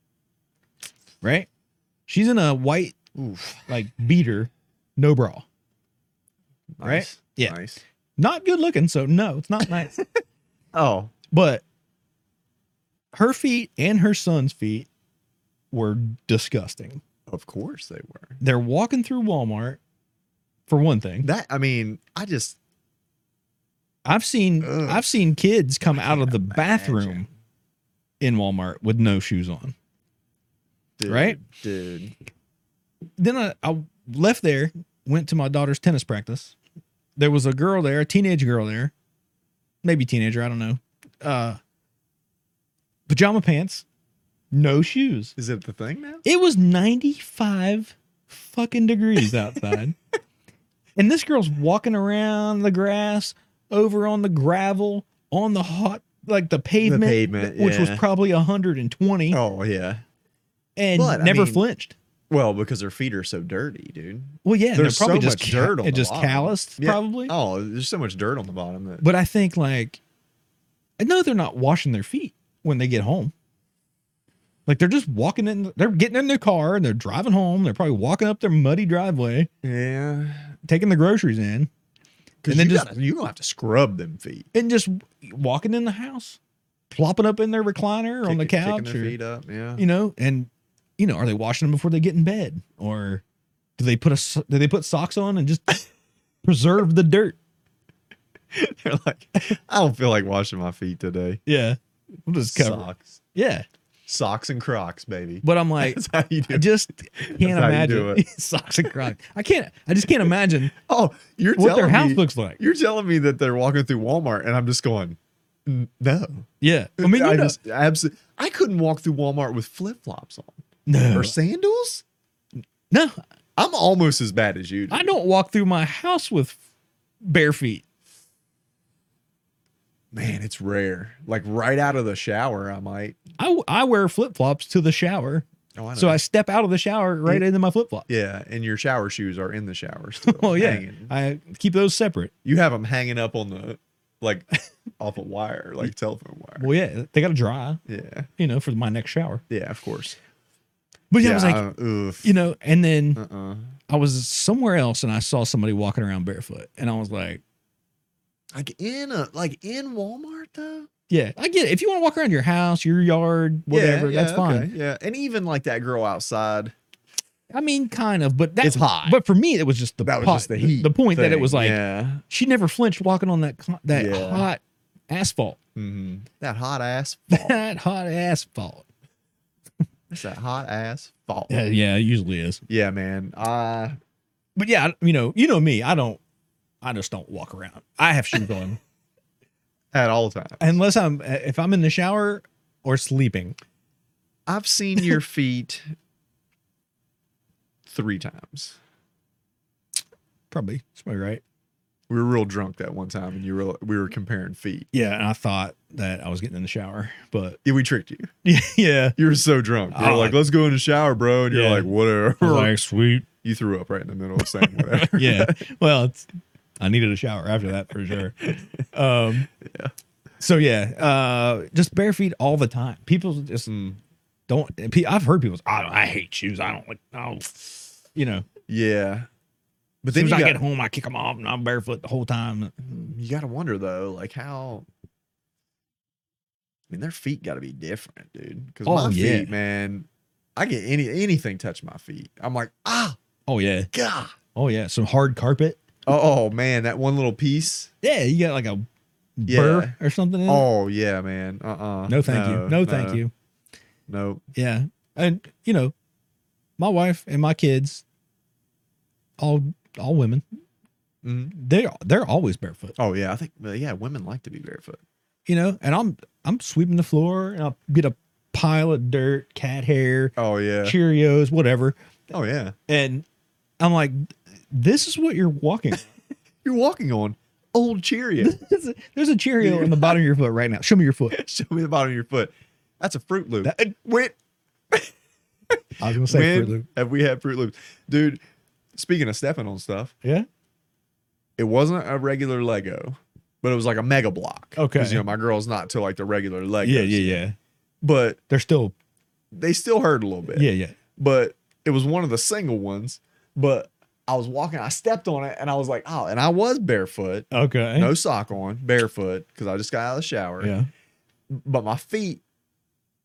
[SPEAKER 2] Right? She's in a white
[SPEAKER 3] Oof.
[SPEAKER 2] like beater, no bra.
[SPEAKER 3] Nice.
[SPEAKER 2] Right? Yeah.
[SPEAKER 3] Nice.
[SPEAKER 2] Not good looking, so no, it's not nice.
[SPEAKER 3] Oh.
[SPEAKER 2] but her feet and her son's feet were disgusting.
[SPEAKER 3] Of course they were.
[SPEAKER 2] they're walking through Walmart for one thing.
[SPEAKER 3] That I mean, I just
[SPEAKER 2] I've seen
[SPEAKER 3] Ugh.
[SPEAKER 2] I've seen kids come
[SPEAKER 3] I
[SPEAKER 2] out of
[SPEAKER 3] can't
[SPEAKER 2] the
[SPEAKER 3] imagine.
[SPEAKER 2] bathroom in Walmart with no shoes on.
[SPEAKER 3] Dude,
[SPEAKER 2] Right?
[SPEAKER 3] Dude.
[SPEAKER 2] then I, I left there, went to my daughter's tennis practice. There was a girl there, a teenage girl there, maybe teenager, I don't know. Uh, pajama pants, no shoes.
[SPEAKER 3] Is it the thing now?
[SPEAKER 2] It was 95 fucking degrees outside. and this girl's walking around the grass, over on the gravel, on the hot, like the pavement,
[SPEAKER 3] pavement,
[SPEAKER 2] which was
[SPEAKER 3] yeah.
[SPEAKER 2] probably 120,
[SPEAKER 3] Oh yeah.
[SPEAKER 2] and
[SPEAKER 3] but, I
[SPEAKER 2] never
[SPEAKER 3] mean,
[SPEAKER 2] flinched.
[SPEAKER 3] Well, because their feet are so dirty, dude.
[SPEAKER 2] Well, yeah, and
[SPEAKER 3] there's
[SPEAKER 2] they're probably
[SPEAKER 3] so
[SPEAKER 2] just
[SPEAKER 3] much
[SPEAKER 2] ca-
[SPEAKER 3] dirt on
[SPEAKER 2] it
[SPEAKER 3] the
[SPEAKER 2] just
[SPEAKER 3] bottom.
[SPEAKER 2] calloused,
[SPEAKER 3] Yeah.
[SPEAKER 2] probably.
[SPEAKER 3] Oh, there's so much dirt on the bottom. That,
[SPEAKER 2] But I think like I know they're not washing their feet when they get home. Like they're just walking in, they're getting in their car and they're driving home. They're probably walking up their muddy driveway,
[SPEAKER 3] yeah.
[SPEAKER 2] taking the groceries in,
[SPEAKER 3] Because
[SPEAKER 2] And then
[SPEAKER 3] you
[SPEAKER 2] just-
[SPEAKER 3] gotta, you're gonna have to scrub them feet.
[SPEAKER 2] and just walking in the house, plopping up in their recliner on the
[SPEAKER 3] Kicking- kicking
[SPEAKER 2] couch,
[SPEAKER 3] their
[SPEAKER 2] or,
[SPEAKER 3] feet up. Yeah.
[SPEAKER 2] you know, and you know, are they washing them before they get in bed, or do they put a so- do they put socks on and just preserve the dirt?
[SPEAKER 3] They're like, I don't feel like washing my feet today.
[SPEAKER 2] Yeah, we'll just cover. it.
[SPEAKER 3] Socks,
[SPEAKER 2] Yeah,
[SPEAKER 3] socks and Crocs, baby.
[SPEAKER 2] but I'm like,
[SPEAKER 3] That's how you do.
[SPEAKER 2] I
[SPEAKER 3] it.
[SPEAKER 2] just can't
[SPEAKER 3] how you do
[SPEAKER 2] imagine socks and Crocs. I can't. I just can't imagine
[SPEAKER 3] oh, you're
[SPEAKER 2] what their
[SPEAKER 3] telling
[SPEAKER 2] house
[SPEAKER 3] me,
[SPEAKER 2] looks like.
[SPEAKER 3] You're telling me that they're walking through Walmart, and I'm just going, "N- no.
[SPEAKER 2] Yeah, I mean, you
[SPEAKER 3] I
[SPEAKER 2] know,
[SPEAKER 3] just absolutely. I couldn't walk through Walmart with flip flops on
[SPEAKER 2] no,
[SPEAKER 3] or sandals.
[SPEAKER 2] no.
[SPEAKER 3] I'm almost as bad as you. dude.
[SPEAKER 2] I don't walk through my house with bare feet.
[SPEAKER 3] Man, it's rare. Like right out of the shower, I might.
[SPEAKER 2] I I wear flip flops to the shower,
[SPEAKER 3] Oh, I
[SPEAKER 2] so
[SPEAKER 3] know.
[SPEAKER 2] I step out of the shower right into my flip flops.
[SPEAKER 3] yeah, and your shower shoes are in the shower still.
[SPEAKER 2] Oh yeah,
[SPEAKER 3] hanging.
[SPEAKER 2] I keep those separate.
[SPEAKER 3] you have them hanging up on the like off a wire, like telephone wire.
[SPEAKER 2] Well, yeah, they got to dry,
[SPEAKER 3] Yeah,
[SPEAKER 2] you know, for my next shower.
[SPEAKER 3] yeah, of course.
[SPEAKER 2] But yeah, I was like,
[SPEAKER 3] don't- oof.
[SPEAKER 2] you know, and then
[SPEAKER 3] uh-uh.
[SPEAKER 2] I was somewhere else and I saw somebody walking around barefoot, and I was like.
[SPEAKER 3] like in a like in Walmart though.
[SPEAKER 2] Yeah, I get it. If you want to walk around your house, your yard, whatever,
[SPEAKER 3] Yeah, yeah,
[SPEAKER 2] that's fine.
[SPEAKER 3] okay, Yeah, and even like that girl outside.
[SPEAKER 2] I mean, kind of, but that's
[SPEAKER 3] It's hot.
[SPEAKER 2] But for me, it was just the
[SPEAKER 3] That was
[SPEAKER 2] pot-
[SPEAKER 3] just the heat.
[SPEAKER 2] The point that it
[SPEAKER 3] thing.
[SPEAKER 2] was like
[SPEAKER 3] yeah,
[SPEAKER 2] she never flinched walking on that cl- that
[SPEAKER 3] Yeah.
[SPEAKER 2] hot asphalt, Mm-hmm.
[SPEAKER 3] Mhm. that hot ass fall.
[SPEAKER 2] that hot asphalt.
[SPEAKER 3] That's that hot ass fall.
[SPEAKER 2] Yeah, yeah, it usually is.
[SPEAKER 3] Yeah, man. Uh
[SPEAKER 2] But yeah, I- you know, you know me. I don't. I just don't walk around. I have shoes on
[SPEAKER 3] at all times.
[SPEAKER 2] unless I'm uh, if I'm in the shower or sleeping.
[SPEAKER 3] I've seen your feet three times.
[SPEAKER 2] Probably, that's probably right.
[SPEAKER 3] We were real drunk that one time, and you were we were comparing feet.
[SPEAKER 2] Yeah, and I thought that I was getting in the shower, but
[SPEAKER 3] Yeah, we tricked you.
[SPEAKER 2] yeah,
[SPEAKER 3] You were so drunk. You're
[SPEAKER 2] Oh,
[SPEAKER 3] like,
[SPEAKER 2] I-
[SPEAKER 3] let's go in the shower, bro. And you're
[SPEAKER 2] Yeah.
[SPEAKER 3] like, whatever.
[SPEAKER 2] I was like sweet.
[SPEAKER 3] you threw up right in the middle of saying whatever.
[SPEAKER 2] yeah. Well, it's, I needed a shower after that for sure. Um,
[SPEAKER 3] Yeah.
[SPEAKER 2] So yeah, uh, just bare feet all the time. People just
[SPEAKER 3] Mm.
[SPEAKER 2] don't. and pe- I've heard people. say, I, don't- I hate shoes. I don't like. Oh, you know.
[SPEAKER 3] Yeah. But
[SPEAKER 2] As soon
[SPEAKER 3] then
[SPEAKER 2] as
[SPEAKER 3] you
[SPEAKER 2] I
[SPEAKER 3] got,
[SPEAKER 2] get home, I kick them off, and I'm barefoot the whole time.
[SPEAKER 3] Mm, you got to wonder though, like how. I mean, their feet got to be different, dude. Because
[SPEAKER 2] Oh,
[SPEAKER 3] my
[SPEAKER 2] yeah.
[SPEAKER 3] feet, man, I get any anything touch my feet. I'm like, ah,
[SPEAKER 2] Oh yeah.
[SPEAKER 3] god.
[SPEAKER 2] Oh yeah. Some hard carpet.
[SPEAKER 3] Oh, oh, man, that one little piece.
[SPEAKER 2] Yeah, you got like a
[SPEAKER 3] Yeah.
[SPEAKER 2] burr or something. In it.
[SPEAKER 3] Oh yeah, man. Uh uh
[SPEAKER 2] Mm. no, thank you. No, thank you.
[SPEAKER 3] No.
[SPEAKER 2] Yeah, and you know, my wife and my kids, all all women,
[SPEAKER 3] Mhm.
[SPEAKER 2] they they're always barefoot.
[SPEAKER 3] Oh yeah, I think well, yeah, women like to be barefoot.
[SPEAKER 2] you know, and I'm I'm sweeping the floor and I'll get a pile of dirt, cat hair,
[SPEAKER 3] Oh yeah.
[SPEAKER 2] Cheerios, whatever.
[SPEAKER 3] Oh yeah.
[SPEAKER 2] And I'm like, this is what you're walking.
[SPEAKER 3] You're walking on old Cheerios.
[SPEAKER 2] There's a- There's a Cheerio on the bottom of your foot right now. Show me your foot.
[SPEAKER 3] Show me the bottom of your foot. That's a Fruit Loop.
[SPEAKER 2] That-
[SPEAKER 3] when
[SPEAKER 2] I was gonna say
[SPEAKER 3] when
[SPEAKER 2] Fruit Loop.
[SPEAKER 3] have we had Fruit Loops, dude? Speaking of stepping on stuff,
[SPEAKER 2] Yeah.
[SPEAKER 3] it wasn't a regular Lego, but it was like a Mega Block. 'Cause,
[SPEAKER 2] Okay.
[SPEAKER 3] you know my girl's not to like the regular Legos.
[SPEAKER 2] yeah.
[SPEAKER 3] But
[SPEAKER 2] They're still
[SPEAKER 3] they still hurt a little bit.
[SPEAKER 2] yeah, yeah.
[SPEAKER 3] but it was one of the single ones. But I was walking, I stepped on it, and I was like, oh, and I was barefoot,
[SPEAKER 2] Okay.
[SPEAKER 3] no sock on, barefoot, because I just got out of the shower.
[SPEAKER 2] Yeah.
[SPEAKER 3] But my feet,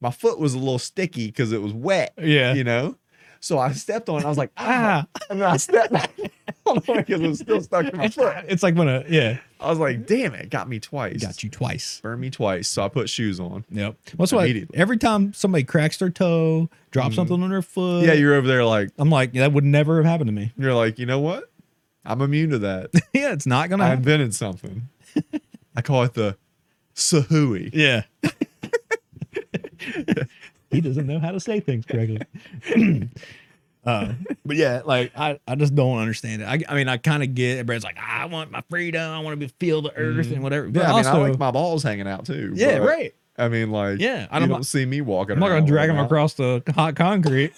[SPEAKER 3] my foot was a little sticky because it was wet,
[SPEAKER 2] Yeah.
[SPEAKER 3] you know? So I stepped on it, I was like, ah,
[SPEAKER 2] Ah.
[SPEAKER 3] and then I stepped back. because it was still stuck in my
[SPEAKER 2] It's,
[SPEAKER 3] foot.
[SPEAKER 2] it's like when a yeah
[SPEAKER 3] I was like, damn it, got me twice.
[SPEAKER 2] got you twice.
[SPEAKER 3] Burned me twice. So I put shoes on.
[SPEAKER 2] Yep. That's why
[SPEAKER 3] Immediately.
[SPEAKER 2] every time somebody cracks their toe, drops something on their foot.
[SPEAKER 3] Oh, Yeah, you're over there like
[SPEAKER 2] I'm like that would never have happened to me.
[SPEAKER 3] you're like, you know what? I'm immune to that.
[SPEAKER 2] yeah, it's not gonna.
[SPEAKER 3] I
[SPEAKER 2] happen.
[SPEAKER 3] invented something. I call it the Sahui.
[SPEAKER 2] Yeah. he doesn't know how to say things correctly. uh, but yeah, like I, I just don't understand it. I, I mean, I kind of get it. Brent's like, I want my freedom. I want to be feel the earth and whatever. But
[SPEAKER 3] Yeah, I mean,
[SPEAKER 2] also,
[SPEAKER 3] I like my balls hanging out too.
[SPEAKER 2] yeah,
[SPEAKER 3] but,
[SPEAKER 2] right.
[SPEAKER 3] I mean, like,
[SPEAKER 2] Yeah, I
[SPEAKER 3] I
[SPEAKER 2] don't-
[SPEAKER 3] don't, you don't see me walking.
[SPEAKER 2] I'm not
[SPEAKER 3] around
[SPEAKER 2] gonna
[SPEAKER 3] with
[SPEAKER 2] drag
[SPEAKER 3] them
[SPEAKER 2] him
[SPEAKER 3] out.
[SPEAKER 2] across the hot concrete.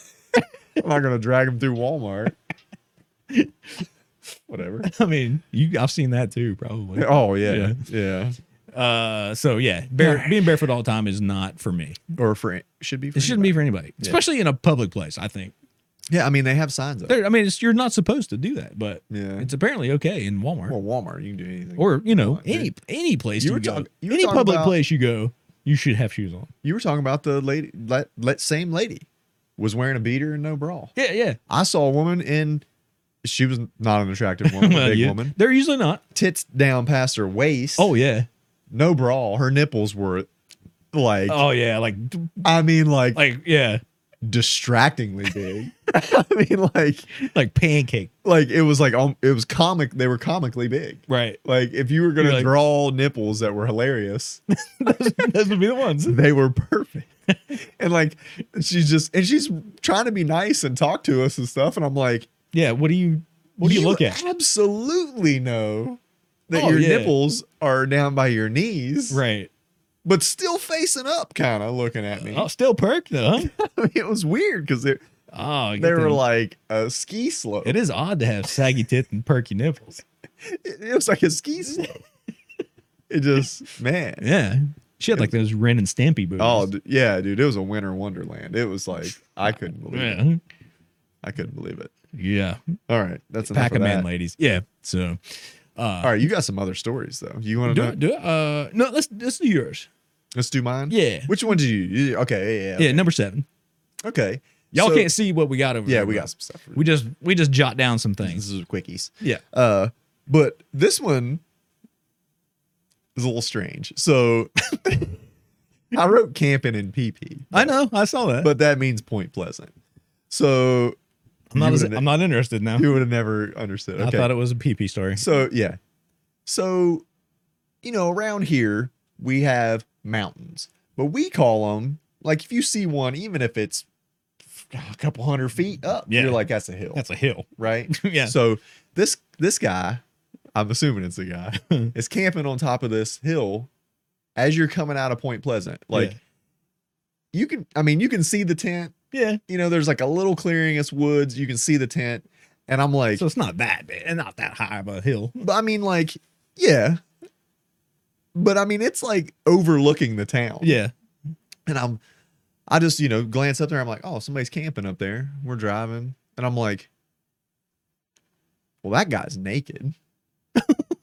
[SPEAKER 3] I'm not gonna drag him through Walmart. Whatever.
[SPEAKER 2] I mean, you, I've seen that too, probably.
[SPEAKER 3] Oh yeah, yeah.
[SPEAKER 2] Uh, so yeah, bare, being barefoot all the time is not for me.
[SPEAKER 3] Or for should be. For
[SPEAKER 2] It shouldn't be for anybody,
[SPEAKER 3] Yeah.
[SPEAKER 2] especially in a public place. I think.
[SPEAKER 3] Yeah, I mean they have signs up.
[SPEAKER 2] There, I mean, it's, you're not supposed to do that, but
[SPEAKER 3] Yeah.
[SPEAKER 2] it's apparently okay in Walmart.
[SPEAKER 3] Well, Walmart, you can do anything.
[SPEAKER 2] or you know
[SPEAKER 3] on, dude.
[SPEAKER 2] any any place
[SPEAKER 3] You
[SPEAKER 2] you,
[SPEAKER 3] were
[SPEAKER 2] go,
[SPEAKER 3] talk- you were
[SPEAKER 2] any
[SPEAKER 3] talking
[SPEAKER 2] public
[SPEAKER 3] about-
[SPEAKER 2] place you go, you should have shoes on.
[SPEAKER 3] you were talking about the lady, that, that same lady, was wearing a beater and no bra.
[SPEAKER 2] Yeah, yeah.
[SPEAKER 3] I saw a woman in. She was not an attractive woman, a big
[SPEAKER 2] yeah.
[SPEAKER 3] woman.
[SPEAKER 2] They're usually not.
[SPEAKER 3] Tits down past her waist.
[SPEAKER 2] Oh yeah.
[SPEAKER 3] no bra. Her nipples were like,
[SPEAKER 2] Oh yeah. Like
[SPEAKER 3] I mean, like,
[SPEAKER 2] like yeah.
[SPEAKER 3] distractingly big. I mean, like,
[SPEAKER 2] Like pancake.
[SPEAKER 3] like it was like um, it was comic. They were comically big.
[SPEAKER 2] Right.
[SPEAKER 3] Like if you were gonna
[SPEAKER 2] You're like-
[SPEAKER 3] draw nipples that were hilarious,
[SPEAKER 2] those, those would be the ones.
[SPEAKER 3] they were perfect. and like she's just and she's trying to be nice and talk to us and stuff. And I'm like,
[SPEAKER 2] Yeah. What do you what do you, look at?
[SPEAKER 3] Absolutely know that
[SPEAKER 2] Oh,
[SPEAKER 3] your
[SPEAKER 2] yeah.
[SPEAKER 3] nipples are down by your knees,
[SPEAKER 2] Right.
[SPEAKER 3] But still facing up, kind of looking at me.
[SPEAKER 2] Oh, still perked though. huh?
[SPEAKER 3] it was weird because they
[SPEAKER 2] Oh,
[SPEAKER 3] they were
[SPEAKER 2] like.
[SPEAKER 3] like a ski slope.
[SPEAKER 2] It is odd to have saggy tits and perky nipples.
[SPEAKER 3] It, it was like a ski slope. it just man.
[SPEAKER 2] Yeah. She had like those Ren and Stampy boots.
[SPEAKER 3] Oh d- yeah, dude! It was a winter wonderland. It was like I couldn't believe it.
[SPEAKER 2] yeah.
[SPEAKER 3] I couldn't believe it.
[SPEAKER 2] Yeah.
[SPEAKER 3] All right, that's enough
[SPEAKER 2] Pack
[SPEAKER 3] of
[SPEAKER 2] a
[SPEAKER 3] that.
[SPEAKER 2] man, ladies. Yeah. So
[SPEAKER 3] All right, you got some other stories though. You want to
[SPEAKER 2] do
[SPEAKER 3] know?
[SPEAKER 2] it. Do it. Uh, no, let's let's do yours.
[SPEAKER 3] Let's do mine.
[SPEAKER 2] Yeah.
[SPEAKER 3] Which one did you? you- Okay. Yeah. Yeah.
[SPEAKER 2] Yeah, number seven.
[SPEAKER 3] Okay.
[SPEAKER 2] Y'all
[SPEAKER 3] So-
[SPEAKER 2] can't see what we got over
[SPEAKER 3] Yeah,
[SPEAKER 2] there,
[SPEAKER 3] we
[SPEAKER 2] bro.
[SPEAKER 3] got some stuff. for
[SPEAKER 2] We just we just jot down some things.
[SPEAKER 3] This is quickies.
[SPEAKER 2] Yeah.
[SPEAKER 3] Uh, but this one is a little strange. So I wrote camping and pee pee,
[SPEAKER 2] I know. I saw that. But
[SPEAKER 3] but that means Point Pleasant. So
[SPEAKER 2] I'm not
[SPEAKER 3] you
[SPEAKER 2] as,
[SPEAKER 3] would've-
[SPEAKER 2] I'm not interested now.
[SPEAKER 3] you would have never understood. Okay.
[SPEAKER 2] I thought it was a pee pee story.
[SPEAKER 3] so yeah. So you know, around here we have mountains, but we call them like if you see one, even if it's a couple hundred feet up,
[SPEAKER 2] Yeah.
[SPEAKER 3] you're like that's a hill,
[SPEAKER 2] That's a hill.
[SPEAKER 3] right?
[SPEAKER 2] yeah.
[SPEAKER 3] So this this guy, I'm assuming it's a guy, is camping on top of this hill as you're coming out of Point Pleasant. Like
[SPEAKER 2] Yeah.
[SPEAKER 3] you can, I mean, you can see the tent.
[SPEAKER 2] yeah.
[SPEAKER 3] You know, there's like a little clearing. It's woods. You can see the tent, and I'm like,
[SPEAKER 2] So it's not that bad and not that high of a hill.
[SPEAKER 3] but I mean, like, yeah. But I mean, it's like overlooking the town.
[SPEAKER 2] Yeah.
[SPEAKER 3] And I'm, I just, you know, glance up there. I'm like, oh, somebody's camping up there. We're driving. And I'm like, well, that guy's naked.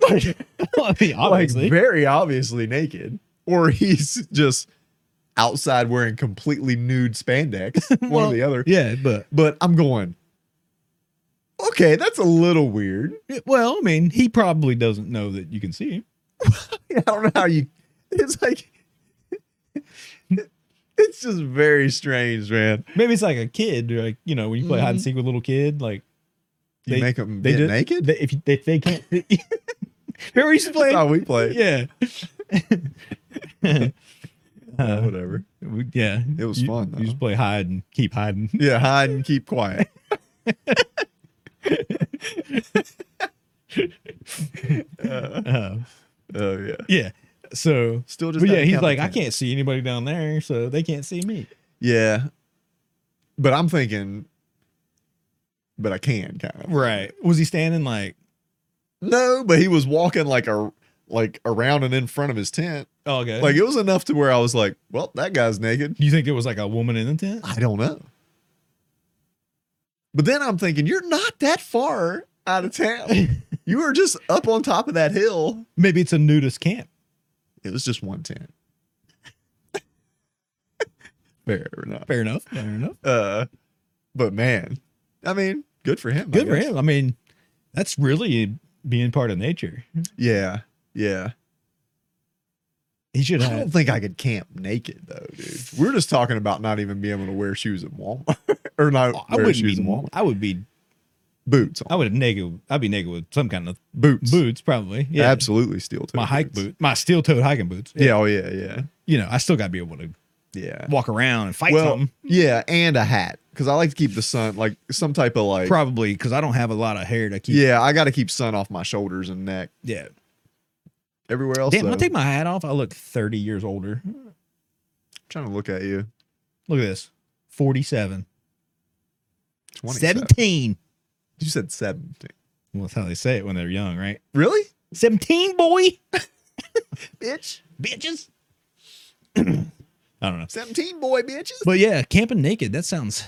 [SPEAKER 2] Well, I mean, obviously.
[SPEAKER 3] Like very obviously naked. Or he's just outside wearing completely nude spandex, one
[SPEAKER 2] Well-
[SPEAKER 3] or the other.
[SPEAKER 2] yeah, but
[SPEAKER 3] But I'm going, okay, that's a little weird.
[SPEAKER 2] well, I mean, he probably doesn't know that you can see him.
[SPEAKER 3] I don't know how you. It's like it's just very strange, man.
[SPEAKER 2] Maybe it's like a kid, like you know, when you play hide and seek with a little kid, like
[SPEAKER 3] Mm-hmm. You
[SPEAKER 2] They-
[SPEAKER 3] make them
[SPEAKER 2] they
[SPEAKER 3] get
[SPEAKER 2] do-
[SPEAKER 3] naked.
[SPEAKER 2] they, if you- they, they can't. Remember we used to play?
[SPEAKER 3] That's how we play.
[SPEAKER 2] Yeah.
[SPEAKER 3] Yeah, whatever.
[SPEAKER 2] Uh, We- Yeah,
[SPEAKER 3] It was
[SPEAKER 2] you,
[SPEAKER 3] fun,
[SPEAKER 2] You just
[SPEAKER 3] though.
[SPEAKER 2] play hide and keep hiding.
[SPEAKER 3] Yeah, hide and keep quiet.
[SPEAKER 2] Uh,
[SPEAKER 3] Oh yeah.
[SPEAKER 2] yeah. So,
[SPEAKER 3] Still just.
[SPEAKER 2] but yeah,
[SPEAKER 3] had a
[SPEAKER 2] he's
[SPEAKER 3] counter
[SPEAKER 2] like, I
[SPEAKER 3] camp.
[SPEAKER 2] can't see anybody down there, so they can't see me.
[SPEAKER 3] Yeah. But I'm thinking. But I can kind of.
[SPEAKER 2] Right? Was he standing like?
[SPEAKER 3] No, but he was walking like a like around and in front of his tent.
[SPEAKER 2] Oh, okay.
[SPEAKER 3] Like
[SPEAKER 2] Like,
[SPEAKER 3] it was enough to where I was like, well, that guy's naked.
[SPEAKER 2] you think there was like a woman in the tent?
[SPEAKER 3] I don't know. But then I'm thinking, you're not that far out of town. you were just up on top of that hill.
[SPEAKER 2] Maybe it's a nudist camp.
[SPEAKER 3] It was just one tent. Fair enough.
[SPEAKER 2] Fair enough. Fair enough.
[SPEAKER 3] Uh, but man, I mean, good for him. I
[SPEAKER 2] Good for
[SPEAKER 3] guess.
[SPEAKER 2] him. I mean, That's really being part of nature.
[SPEAKER 3] Yeah. Yeah.
[SPEAKER 2] He should
[SPEAKER 3] I don't
[SPEAKER 2] have.
[SPEAKER 3] think I could camp naked though, dude. We're just talking about not even being able to wear shoes at Walmart or not
[SPEAKER 2] I
[SPEAKER 3] wear
[SPEAKER 2] wouldn't
[SPEAKER 3] shoes
[SPEAKER 2] be.
[SPEAKER 3] at Walmart.
[SPEAKER 2] I would be.
[SPEAKER 3] Boots, on.
[SPEAKER 2] I would have naked. I'd be naked with some kind of
[SPEAKER 3] boots,
[SPEAKER 2] boots, probably. Yeah,
[SPEAKER 3] absolutely steel toe.
[SPEAKER 2] My hike
[SPEAKER 3] boots.
[SPEAKER 2] boot, my steel-toed hiking boots.
[SPEAKER 3] Yeah. Oh yeah. Yeah.
[SPEAKER 2] you know, I still got to be able to
[SPEAKER 3] Yeah.
[SPEAKER 2] walk around and fight
[SPEAKER 3] well,
[SPEAKER 2] something.
[SPEAKER 3] yeah, and a hat because I like to keep the sun like some type of like.
[SPEAKER 2] Probably because I don't have a lot of hair to keep.
[SPEAKER 3] Yeah, I got to keep sun off my shoulders and neck.
[SPEAKER 2] yeah.
[SPEAKER 3] Everywhere else,
[SPEAKER 2] Damn,
[SPEAKER 3] though,
[SPEAKER 2] when I take my hat off, I look 30 years older.
[SPEAKER 3] I'm trying to look at you.
[SPEAKER 2] Look at this 47,
[SPEAKER 3] 27.
[SPEAKER 2] 17.
[SPEAKER 3] You said 17.
[SPEAKER 2] Well, that's how they say it when they're young, right?
[SPEAKER 3] Really?
[SPEAKER 2] 17, boy.
[SPEAKER 3] Bitch.
[SPEAKER 2] Bitches. I don't know.
[SPEAKER 3] 17 boy bitches.
[SPEAKER 2] But yeah, camping naked, that sounds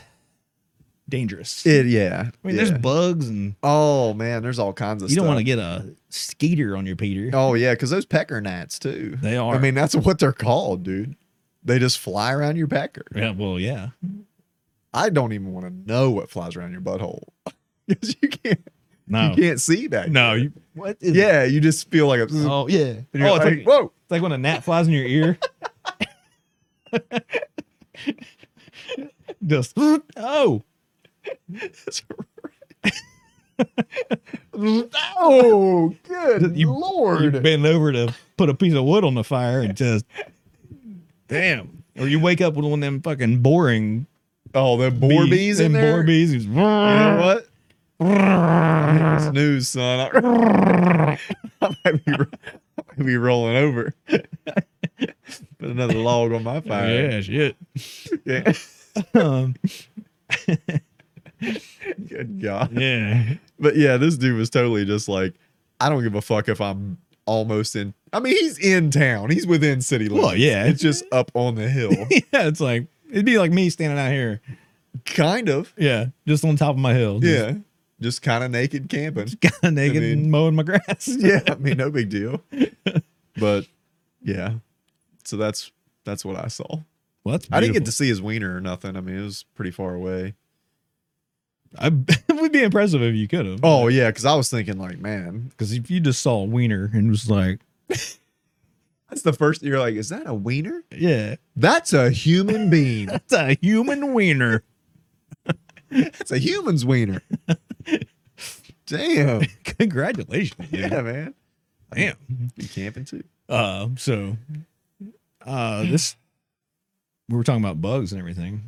[SPEAKER 2] dangerous.
[SPEAKER 3] It, yeah.
[SPEAKER 2] I mean,
[SPEAKER 3] yeah.
[SPEAKER 2] there's bugs and
[SPEAKER 3] oh, man. There's all kinds of
[SPEAKER 2] you
[SPEAKER 3] stuff.
[SPEAKER 2] don't want to get a skeeter on your Peter.
[SPEAKER 3] Oh, yeah. Because those pecker gnats, too.
[SPEAKER 2] They are.
[SPEAKER 3] I mean, that's what they're called, dude. They just fly around your pecker.
[SPEAKER 2] yeah, well, yeah.
[SPEAKER 3] I don't even want to know what flies around your butthole. 'Cause you can't,
[SPEAKER 2] No.
[SPEAKER 3] you can't see that.
[SPEAKER 2] No. You, what is it?
[SPEAKER 3] Yeah, you just feel like a.
[SPEAKER 2] Oh, yeah.
[SPEAKER 3] and you're
[SPEAKER 2] Oh, it's
[SPEAKER 3] like,
[SPEAKER 2] like,
[SPEAKER 3] whoa.
[SPEAKER 2] It's like when a gnat flies in your ear. Just oh
[SPEAKER 3] oh, good
[SPEAKER 2] You- you
[SPEAKER 3] lord.
[SPEAKER 2] bend over to put a piece of wood on the fire and just damn. Or you wake up with one of them fucking boring
[SPEAKER 3] oh, the boar bees, in
[SPEAKER 2] them
[SPEAKER 3] there.
[SPEAKER 2] Boar bees. He's-
[SPEAKER 3] You know what? I'm hitting snooze, son. I, I, might be, I might be rolling over. Put another log on my fire.
[SPEAKER 2] Yeah, shit.
[SPEAKER 3] Yeah.
[SPEAKER 2] Um,
[SPEAKER 3] Good God.
[SPEAKER 2] yeah.
[SPEAKER 3] But yeah, this dude was totally just like, I don't give a fuck if I'm almost in. I mean, he's in town. He's within city limits.
[SPEAKER 2] Well, yeah.
[SPEAKER 3] It's just up on the hill.
[SPEAKER 2] yeah, it's like it'd be like me standing out here.
[SPEAKER 3] kind of.
[SPEAKER 2] Yeah, just on top of my hill. just
[SPEAKER 3] Yeah. Just kind of naked camping.
[SPEAKER 2] kinda naked
[SPEAKER 3] mean-
[SPEAKER 2] and mowing my grass.
[SPEAKER 3] yeah, I mean, no big deal. But yeah, so that's that's what I saw.
[SPEAKER 2] Well, that's
[SPEAKER 3] I didn't get
[SPEAKER 2] beautiful.
[SPEAKER 3] to see his wiener or nothing. I mean, it was pretty far away.
[SPEAKER 2] I, it would be impressive if you could have.
[SPEAKER 3] Oh yeah, because I was thinking like, man,
[SPEAKER 2] Because if you just saw a wiener and was like,
[SPEAKER 3] that's the first. You're like, is that a wiener?
[SPEAKER 2] yeah,
[SPEAKER 3] That's a human being.
[SPEAKER 2] that's a human wiener.
[SPEAKER 3] That's a human's wiener. Damn.
[SPEAKER 2] Congratulations. dude.
[SPEAKER 3] Yeah, man.
[SPEAKER 2] Damn.
[SPEAKER 3] You camping too?
[SPEAKER 2] Uh, so, uh, this, we were talking about bugs and everything.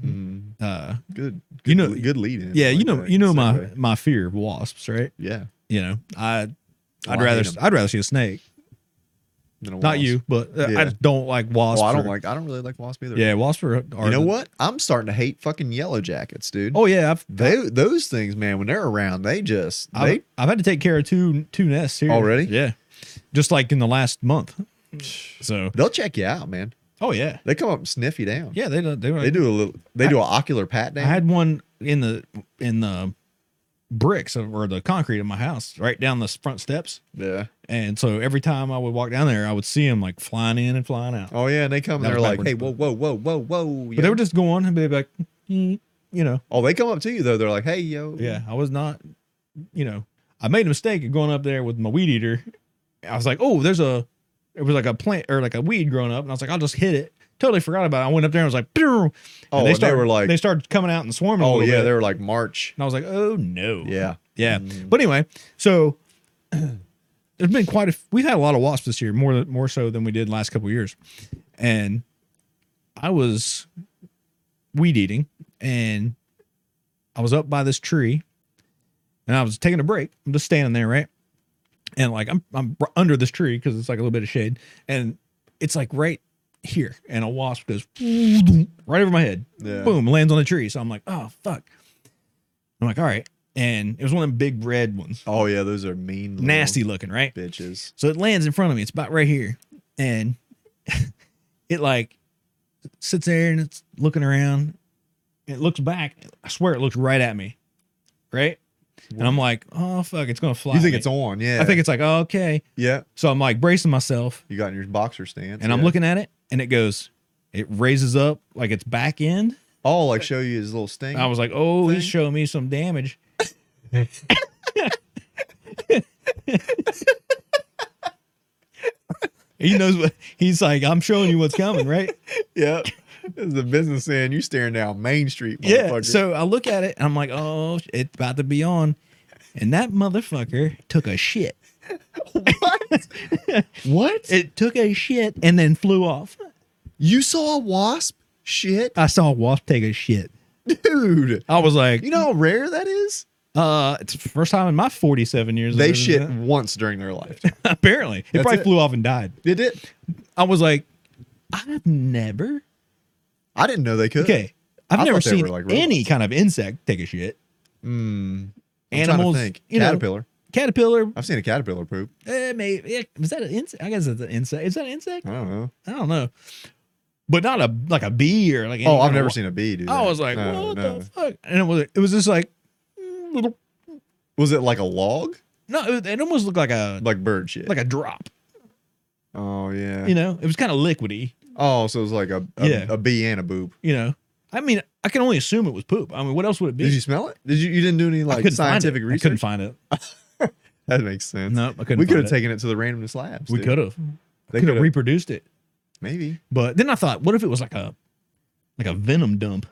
[SPEAKER 3] Mm,
[SPEAKER 2] Uh,
[SPEAKER 3] good. Good.
[SPEAKER 2] You know-
[SPEAKER 3] le- good lead in.
[SPEAKER 2] yeah,
[SPEAKER 3] I
[SPEAKER 2] you
[SPEAKER 3] like
[SPEAKER 2] know,
[SPEAKER 3] that
[SPEAKER 2] you know, my,
[SPEAKER 3] segue.
[SPEAKER 2] my fear of wasps, right?
[SPEAKER 3] Yeah.
[SPEAKER 2] You know, I,
[SPEAKER 3] Oh, I
[SPEAKER 2] I'd
[SPEAKER 3] hate
[SPEAKER 2] rather,
[SPEAKER 3] 'em.
[SPEAKER 2] I'd rather see a snake,
[SPEAKER 3] Then a
[SPEAKER 2] not
[SPEAKER 3] wasp.
[SPEAKER 2] you, but uh, I
[SPEAKER 3] Yeah.
[SPEAKER 2] don't like wasps.
[SPEAKER 3] Oh, I don't
[SPEAKER 2] or-
[SPEAKER 3] like. I don't really like wasp either.
[SPEAKER 2] yeah, wasps are, are
[SPEAKER 3] You know
[SPEAKER 2] the-
[SPEAKER 3] what? I'm starting to hate fucking yellow jackets, dude.
[SPEAKER 2] Oh yeah. I've,
[SPEAKER 3] They those things, man, when they're around, they just
[SPEAKER 2] I've,
[SPEAKER 3] they
[SPEAKER 2] I've had to take care of two, two nests here
[SPEAKER 3] Already?
[SPEAKER 2] Yeah. Just like in the last month. So,
[SPEAKER 3] they'll check you out, man.
[SPEAKER 2] oh yeah.
[SPEAKER 3] They come up and sniff you down.
[SPEAKER 2] Yeah, they don't. They,
[SPEAKER 3] They
[SPEAKER 2] do.
[SPEAKER 3] do a little they do an ocular pat
[SPEAKER 2] I
[SPEAKER 3] down.
[SPEAKER 2] had one in the in the bricks or the concrete of my house, right down the front steps.
[SPEAKER 3] yeah.
[SPEAKER 2] And so every time I would walk down there, I would see them like flying in and flying out.
[SPEAKER 3] Oh yeah, and they come
[SPEAKER 2] That
[SPEAKER 3] and they're
[SPEAKER 2] was
[SPEAKER 3] like,
[SPEAKER 2] backwards.
[SPEAKER 3] hey, whoa, whoa, whoa, whoa, whoa.
[SPEAKER 2] but
[SPEAKER 3] yo."
[SPEAKER 2] they were just going and be like, "Mm," you know,
[SPEAKER 3] oh, they come up to you though. They're like, hey, yo.
[SPEAKER 2] yeah, I was not, you know, I made a mistake of going up there with my weed eater. I was like, oh, there's a, it was like a plant or like a weed growing up, and I was like, I'll just hit it. Totally forgot about it. I went up there and I was like, "Pew!" And
[SPEAKER 3] Oh,
[SPEAKER 2] they
[SPEAKER 3] and
[SPEAKER 2] started
[SPEAKER 3] they were like,
[SPEAKER 2] they started coming out and swarming.
[SPEAKER 3] oh
[SPEAKER 2] a
[SPEAKER 3] yeah,
[SPEAKER 2] yeah,
[SPEAKER 3] they
[SPEAKER 2] bit.
[SPEAKER 3] were like March.
[SPEAKER 2] and I was like, oh no,
[SPEAKER 3] Yeah.
[SPEAKER 2] Yeah.
[SPEAKER 3] Mm.
[SPEAKER 2] But anyway, so there's been quite a we've had a lot of wasps this year, more than more so than we did last couple of years. And I was weed eating and I was up by this tree and I was taking a break. I'm just standing there, right? And like I'm I'm r- under this tree because it's like a little bit of shade. And it's like right here. And a wasp goes right over my head
[SPEAKER 3] Yeah.
[SPEAKER 2] boom, lands on the tree. So I'm like, oh fuck. I'm like, all right. And it was one of them big red ones.
[SPEAKER 3] Oh yeah, those are mean little
[SPEAKER 2] Nasty looking, right?
[SPEAKER 3] bitches.
[SPEAKER 2] So it lands in front of me. It's about right here. And it like sits there and it's looking around. It looks back. I swear it looks right at me. Right? And I'm like, oh fuck, it's gonna fly.
[SPEAKER 3] You think
[SPEAKER 2] at
[SPEAKER 3] it's
[SPEAKER 2] me.
[SPEAKER 3] on, yeah.
[SPEAKER 2] I think it's like, oh, okay.
[SPEAKER 3] yeah.
[SPEAKER 2] So I'm like bracing myself
[SPEAKER 3] You got in your boxer stance.
[SPEAKER 2] and I'm
[SPEAKER 3] yeah.
[SPEAKER 2] looking at it and it goes, it raises up like its back end.
[SPEAKER 3] Oh, like show you his little sting.
[SPEAKER 2] I was like, oh, he's
[SPEAKER 3] thing.
[SPEAKER 2] showing me some damage. He knows what he's like. I'm showing you what's coming, right?
[SPEAKER 3] Yep. This is a business end. You staring down Main Street,
[SPEAKER 2] yeah.
[SPEAKER 3] motherfucker.
[SPEAKER 2] So I look at it. I'm like, oh, sh- it's about to be on. And that motherfucker took a shit.
[SPEAKER 3] what? what?
[SPEAKER 2] It took a shit and then flew off.
[SPEAKER 3] you saw a wasp? Shit,
[SPEAKER 2] I saw a wasp take a shit.
[SPEAKER 3] dude.
[SPEAKER 2] I was like,
[SPEAKER 3] You know how rare that is?
[SPEAKER 2] uh, it's the first time in my 47 years.
[SPEAKER 3] They
[SPEAKER 2] I've ever
[SPEAKER 3] shit
[SPEAKER 2] done
[SPEAKER 3] once during their life.
[SPEAKER 2] that. Apparently, it
[SPEAKER 3] That's
[SPEAKER 2] probably
[SPEAKER 3] it.
[SPEAKER 2] flew off and died.
[SPEAKER 3] Did it?
[SPEAKER 2] I was like, I've never
[SPEAKER 3] I didn't know they could.
[SPEAKER 2] okay. I've
[SPEAKER 3] I
[SPEAKER 2] never
[SPEAKER 3] thought they were
[SPEAKER 2] seen
[SPEAKER 3] like
[SPEAKER 2] any
[SPEAKER 3] robots.
[SPEAKER 2] kind of insect take a shit.
[SPEAKER 3] Mm, I'm trying to
[SPEAKER 2] Animals,
[SPEAKER 3] think.
[SPEAKER 2] you know,
[SPEAKER 3] caterpillar.
[SPEAKER 2] caterpillar.
[SPEAKER 3] I've seen a caterpillar poop.
[SPEAKER 2] Eh, maybe eh, was that an insect? I guess it's an insect. Is that an insect?
[SPEAKER 3] I don't know.
[SPEAKER 2] I don't know, but not a like a bee or like. any
[SPEAKER 3] Oh, I've
[SPEAKER 2] kind of
[SPEAKER 3] never
[SPEAKER 2] wa-
[SPEAKER 3] seen a bee do that.
[SPEAKER 2] I was like,
[SPEAKER 3] No,
[SPEAKER 2] what
[SPEAKER 3] no.
[SPEAKER 2] the fuck? And it was it was just like mm, little.
[SPEAKER 3] Was it like a log?
[SPEAKER 2] No, it, it almost looked like a
[SPEAKER 3] Like bird shit.
[SPEAKER 2] like a drop.
[SPEAKER 3] oh yeah.
[SPEAKER 2] You know, it was kind of liquidy.
[SPEAKER 3] Oh, so it was like a a,
[SPEAKER 2] Yeah.
[SPEAKER 3] a bee and a boop.
[SPEAKER 2] You know, I mean, I can only assume it was poop. I mean, what else would it be?
[SPEAKER 3] Did you smell it? Did you? You didn't do any
[SPEAKER 2] I
[SPEAKER 3] like
[SPEAKER 2] couldn't find it.
[SPEAKER 3] scientific
[SPEAKER 2] I
[SPEAKER 3] research.
[SPEAKER 2] couldn't find it.
[SPEAKER 3] that makes sense.
[SPEAKER 2] No, I couldn't.
[SPEAKER 3] we could
[SPEAKER 2] find
[SPEAKER 3] have
[SPEAKER 2] it.
[SPEAKER 3] taken it to the randomness labs.
[SPEAKER 2] We
[SPEAKER 3] dude.
[SPEAKER 2] could have.
[SPEAKER 3] They
[SPEAKER 2] Could have
[SPEAKER 3] coulda-
[SPEAKER 2] reproduced it.
[SPEAKER 3] maybe.
[SPEAKER 2] But then I thought, what if it was like a like a venom dump?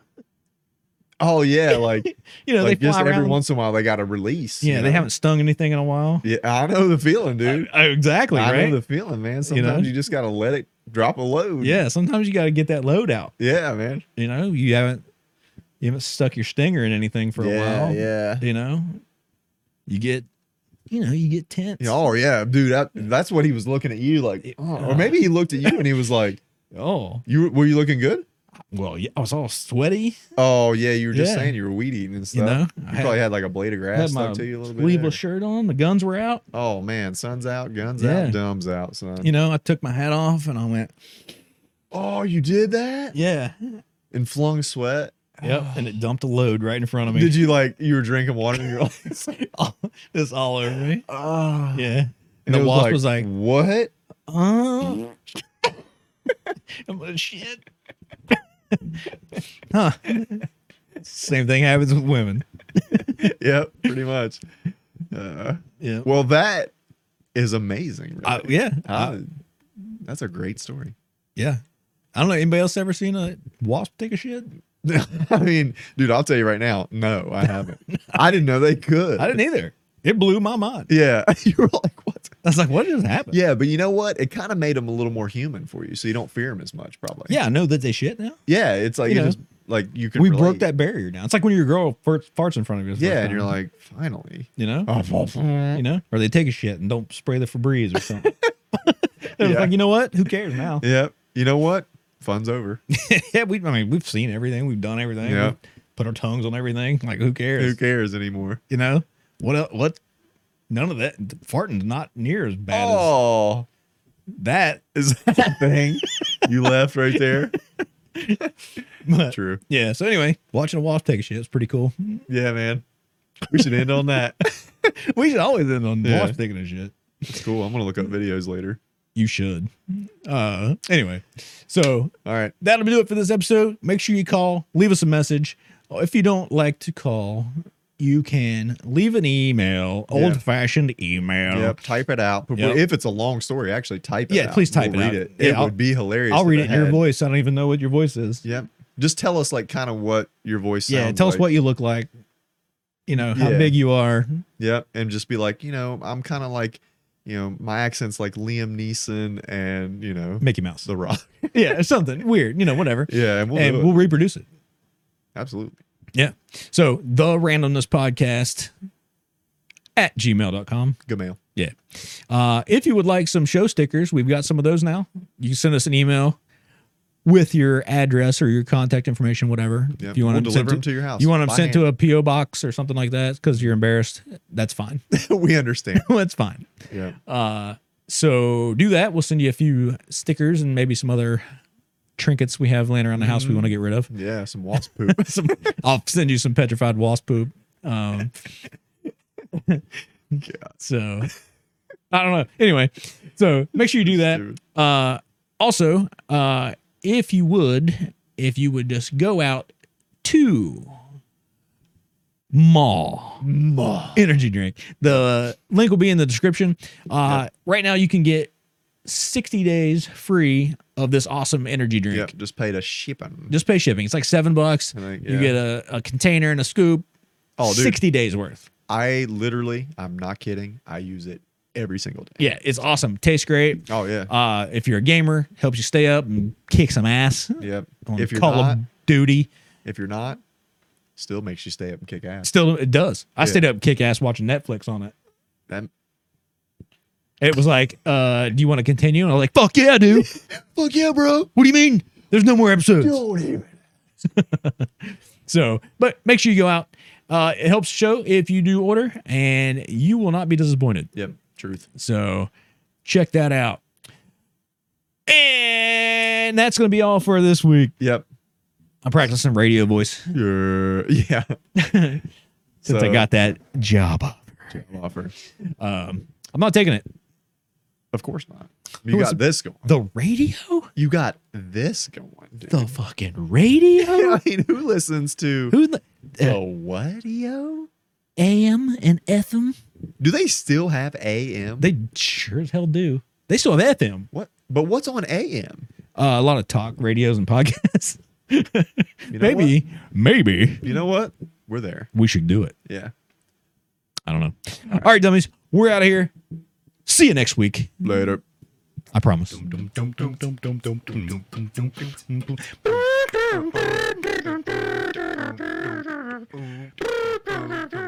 [SPEAKER 3] Oh yeah, like
[SPEAKER 2] You know,
[SPEAKER 3] like
[SPEAKER 2] they fly
[SPEAKER 3] just
[SPEAKER 2] around.
[SPEAKER 3] every once in a while they got a release.
[SPEAKER 2] yeah,
[SPEAKER 3] you
[SPEAKER 2] they
[SPEAKER 3] know?
[SPEAKER 2] haven't stung anything in a while.
[SPEAKER 3] Yeah, I know the feeling, dude.
[SPEAKER 2] I- I- exactly,
[SPEAKER 3] I
[SPEAKER 2] right?
[SPEAKER 3] know the feeling, man.
[SPEAKER 2] You know?
[SPEAKER 3] Sometimes you, just gotta let it drop a load.
[SPEAKER 2] yeah, sometimes you got to get that load out.
[SPEAKER 3] yeah, man.
[SPEAKER 2] You know, you haven't you haven't stuck your stinger in anything for
[SPEAKER 3] yeah,
[SPEAKER 2] a while.
[SPEAKER 3] yeah.
[SPEAKER 2] You know, you get you know you get tense.
[SPEAKER 3] Yeah, Oh yeah, dude. That, that's what he was looking at you like, oh.
[SPEAKER 2] uh,
[SPEAKER 3] or maybe he looked at you and he was like,
[SPEAKER 2] Oh,
[SPEAKER 3] "You were you looking good?"
[SPEAKER 2] well, yeah, I was all sweaty.
[SPEAKER 3] Oh yeah, you were just
[SPEAKER 2] Yeah.
[SPEAKER 3] saying you were weed eating and stuff.
[SPEAKER 2] You know,
[SPEAKER 3] You
[SPEAKER 2] I had-
[SPEAKER 3] probably had like a blade of
[SPEAKER 2] had
[SPEAKER 3] grass
[SPEAKER 2] my
[SPEAKER 3] stuck to you a little bit.
[SPEAKER 2] sleeveless
[SPEAKER 3] there.
[SPEAKER 2] shirt on. The guns were out.
[SPEAKER 3] oh man, sun's out, guns
[SPEAKER 2] Yeah.
[SPEAKER 3] out, dumbs out, son.
[SPEAKER 2] You know, I took my hat off and I went,
[SPEAKER 3] oh, you did that
[SPEAKER 2] yeah,
[SPEAKER 3] and flung sweat.
[SPEAKER 2] yep, and it dumped a load right in front of me.
[SPEAKER 3] Did you like you were drinking water and you're like,
[SPEAKER 2] all, it's all over me.
[SPEAKER 3] oh.
[SPEAKER 2] Yeah.
[SPEAKER 3] And
[SPEAKER 2] the
[SPEAKER 3] it
[SPEAKER 2] wasp was like,
[SPEAKER 3] "What?"
[SPEAKER 2] oh. I'm like, shit. huh. Same thing happens with women.
[SPEAKER 3] yep, pretty much. Uh,
[SPEAKER 2] Yeah.
[SPEAKER 3] well, that is amazing. Really.
[SPEAKER 2] I, yeah. I-
[SPEAKER 3] Uh, that's a great story.
[SPEAKER 2] yeah. I don't know. Anybody else ever seen a wasp take a shit?
[SPEAKER 3] I mean, dude, I'll tell you right now. No, I haven't. I didn't know they could.
[SPEAKER 2] I didn't either. It blew my mind.
[SPEAKER 3] Yeah, you were like, "What?"
[SPEAKER 2] I was like, what just happened?
[SPEAKER 3] Yeah, but you know what? It kind of made them a little more human for you, so you don't fear them as much, probably.
[SPEAKER 2] Yeah, I know that they shit now.
[SPEAKER 3] yeah. It's like
[SPEAKER 2] You
[SPEAKER 3] you
[SPEAKER 2] know.
[SPEAKER 3] just like you can.
[SPEAKER 2] We
[SPEAKER 3] relate.
[SPEAKER 2] broke that barrier now. It's like when your girl farts, farts in front of you. "Oh, the first
[SPEAKER 3] Yeah, and you're
[SPEAKER 2] time,
[SPEAKER 3] like, finally.
[SPEAKER 2] you know?
[SPEAKER 3] Yeah,
[SPEAKER 2] you know, or they take a shit and don't spray the Febreze or something. They're
[SPEAKER 3] Yeah.
[SPEAKER 2] like, you know what? Who cares now?
[SPEAKER 3] Yep. You know what? Fun's over.
[SPEAKER 2] yeah, we. I mean, we've seen everything. We've done everything.
[SPEAKER 3] Yeah.
[SPEAKER 2] We've put our tongues on everything. Like, who cares?
[SPEAKER 3] Who cares anymore?
[SPEAKER 2] You know what? el- What? None of that. Farting's not near as bad
[SPEAKER 3] oh,
[SPEAKER 2] as that.
[SPEAKER 3] is that a thing? you left right there.
[SPEAKER 2] But,
[SPEAKER 3] True.
[SPEAKER 2] yeah. So anyway, watching a wasp take a shit is pretty cool.
[SPEAKER 3] Yeah, man. We should end on that.
[SPEAKER 2] We should always end on
[SPEAKER 3] Yeah.
[SPEAKER 2] wasp taking a shit.
[SPEAKER 3] It's cool. I'm gonna look up videos later.
[SPEAKER 2] You should. Uh. Anyway, so
[SPEAKER 3] All right.
[SPEAKER 2] that'll do it for this episode. Make sure you call, leave us a message. If you don't like to call, you can leave an email,
[SPEAKER 3] Yeah.
[SPEAKER 2] old fashioned email.
[SPEAKER 3] Yep. Type it out. But
[SPEAKER 2] Yep.
[SPEAKER 3] If it's a long story, actually type it.
[SPEAKER 2] Yeah,
[SPEAKER 3] out.
[SPEAKER 2] please type
[SPEAKER 3] We'll
[SPEAKER 2] it
[SPEAKER 3] read
[SPEAKER 2] out.
[SPEAKER 3] It,
[SPEAKER 2] Yeah,
[SPEAKER 3] it
[SPEAKER 2] I'll-
[SPEAKER 3] would be hilarious.
[SPEAKER 2] I'll
[SPEAKER 3] if
[SPEAKER 2] read it in your
[SPEAKER 3] had-
[SPEAKER 2] voice. I don't even know what your voice is.
[SPEAKER 3] Yep. Just tell us like kind of what your voice.
[SPEAKER 2] yeah,
[SPEAKER 3] sounds
[SPEAKER 2] tell us
[SPEAKER 3] like.
[SPEAKER 2] what you look like. You know how
[SPEAKER 3] Yeah.
[SPEAKER 2] big you are.
[SPEAKER 3] Yep. And just be like, you know, I'm kind of like, you know, my accent's like Liam Neeson and you know
[SPEAKER 2] Mickey Mouse.
[SPEAKER 3] The Rock.
[SPEAKER 2] yeah, something weird. You know, whatever.
[SPEAKER 3] Yeah, and we'll
[SPEAKER 2] and
[SPEAKER 3] do it.
[SPEAKER 2] we'll reproduce it.
[SPEAKER 3] Absolutely.
[SPEAKER 2] Yeah. So the randomness podcast at gmail.com.
[SPEAKER 3] Good mail.
[SPEAKER 2] Yeah. Uh, if you would like some show stickers, we've got some of those now. You can send us an email with your address or your contact information, whatever.
[SPEAKER 3] Yep.
[SPEAKER 2] If you want
[SPEAKER 3] we'll
[SPEAKER 2] them
[SPEAKER 3] deliver them
[SPEAKER 2] sent
[SPEAKER 3] to your house.
[SPEAKER 2] you want them
[SPEAKER 3] by
[SPEAKER 2] sent to a PO box or something like that because you're embarrassed. That's fine.
[SPEAKER 3] hand. we understand.
[SPEAKER 2] That's fine.
[SPEAKER 3] Yeah.
[SPEAKER 2] Uh, so do that. We'll send you a few stickers and maybe some other trinkets we have laying around the house
[SPEAKER 3] Mm-hmm.
[SPEAKER 2] we want to get rid of.
[SPEAKER 3] Yeah. Some wasp poop.
[SPEAKER 2] Some, I'll send you some petrified wasp poop. Um, so I don't know. Anyway, so make sure you do that.
[SPEAKER 3] Dude.
[SPEAKER 2] Uh, also, uh, if you would, if you would just go out to Mall
[SPEAKER 3] Ma.
[SPEAKER 2] energy drink. The link will be in the description. Uh, Right now, you can get 60 days free of this awesome energy drink.
[SPEAKER 3] Yep, just paid a shipping.
[SPEAKER 2] Just pay shipping. It's like seven bucks.
[SPEAKER 3] I think,
[SPEAKER 2] You
[SPEAKER 3] yeah.
[SPEAKER 2] get a, a container and a scoop.
[SPEAKER 3] Oh, dude.
[SPEAKER 2] 60 days worth.
[SPEAKER 3] I literally, I'm not kidding. I use it every single day.
[SPEAKER 2] Yeah, it's awesome. Tastes great.
[SPEAKER 3] Oh yeah.
[SPEAKER 2] Uh, if you're a gamer, helps you stay up and kick some ass.
[SPEAKER 3] yep.
[SPEAKER 2] On
[SPEAKER 3] If you're
[SPEAKER 2] Call
[SPEAKER 3] not,
[SPEAKER 2] of Duty.
[SPEAKER 3] if you're not, still makes you stay up and kick ass.
[SPEAKER 2] Still, it does. I
[SPEAKER 3] Yeah.
[SPEAKER 2] stayed up kick ass watching Netflix on it.
[SPEAKER 3] That-
[SPEAKER 2] It was like, uh, do you want to continue? And I was like, fuck yeah, dude.
[SPEAKER 3] Fuck yeah, bro.
[SPEAKER 2] what do you mean? There's no more episodes.
[SPEAKER 3] Don't even.
[SPEAKER 2] So, but make sure you go out. Uh, it helps show if you do order, and you will not be disappointed.
[SPEAKER 3] Yep. Truth.
[SPEAKER 2] So, check that out. And that's going to be all for this week.
[SPEAKER 3] Yep.
[SPEAKER 2] I'm practicing radio voice
[SPEAKER 3] Yeah. Yeah.
[SPEAKER 2] since I
[SPEAKER 3] So-
[SPEAKER 2] got that job. offer.
[SPEAKER 3] Offer.
[SPEAKER 2] Um, I'm not taking it.
[SPEAKER 3] Of course not. You
[SPEAKER 2] Who is-
[SPEAKER 3] got this going.
[SPEAKER 2] The radio?
[SPEAKER 3] You got this going. Dude.
[SPEAKER 2] The fucking radio?
[SPEAKER 3] I mean, who listens to
[SPEAKER 2] Who the
[SPEAKER 3] the what? Yo?
[SPEAKER 2] AM and FM?
[SPEAKER 3] Do they still have AM?
[SPEAKER 2] They sure as hell do. They still have FM.
[SPEAKER 3] what? But what's on AM?
[SPEAKER 2] Uh, a lot of talk radios and podcasts.
[SPEAKER 3] You know
[SPEAKER 2] maybe, maybe
[SPEAKER 3] what? You know what? We're there.
[SPEAKER 2] we should do it.
[SPEAKER 3] Yeah.
[SPEAKER 2] I don't know. All right, dummies, we're out of here. See you next week.
[SPEAKER 3] Later.
[SPEAKER 2] I promise.
[SPEAKER 4] Thank you.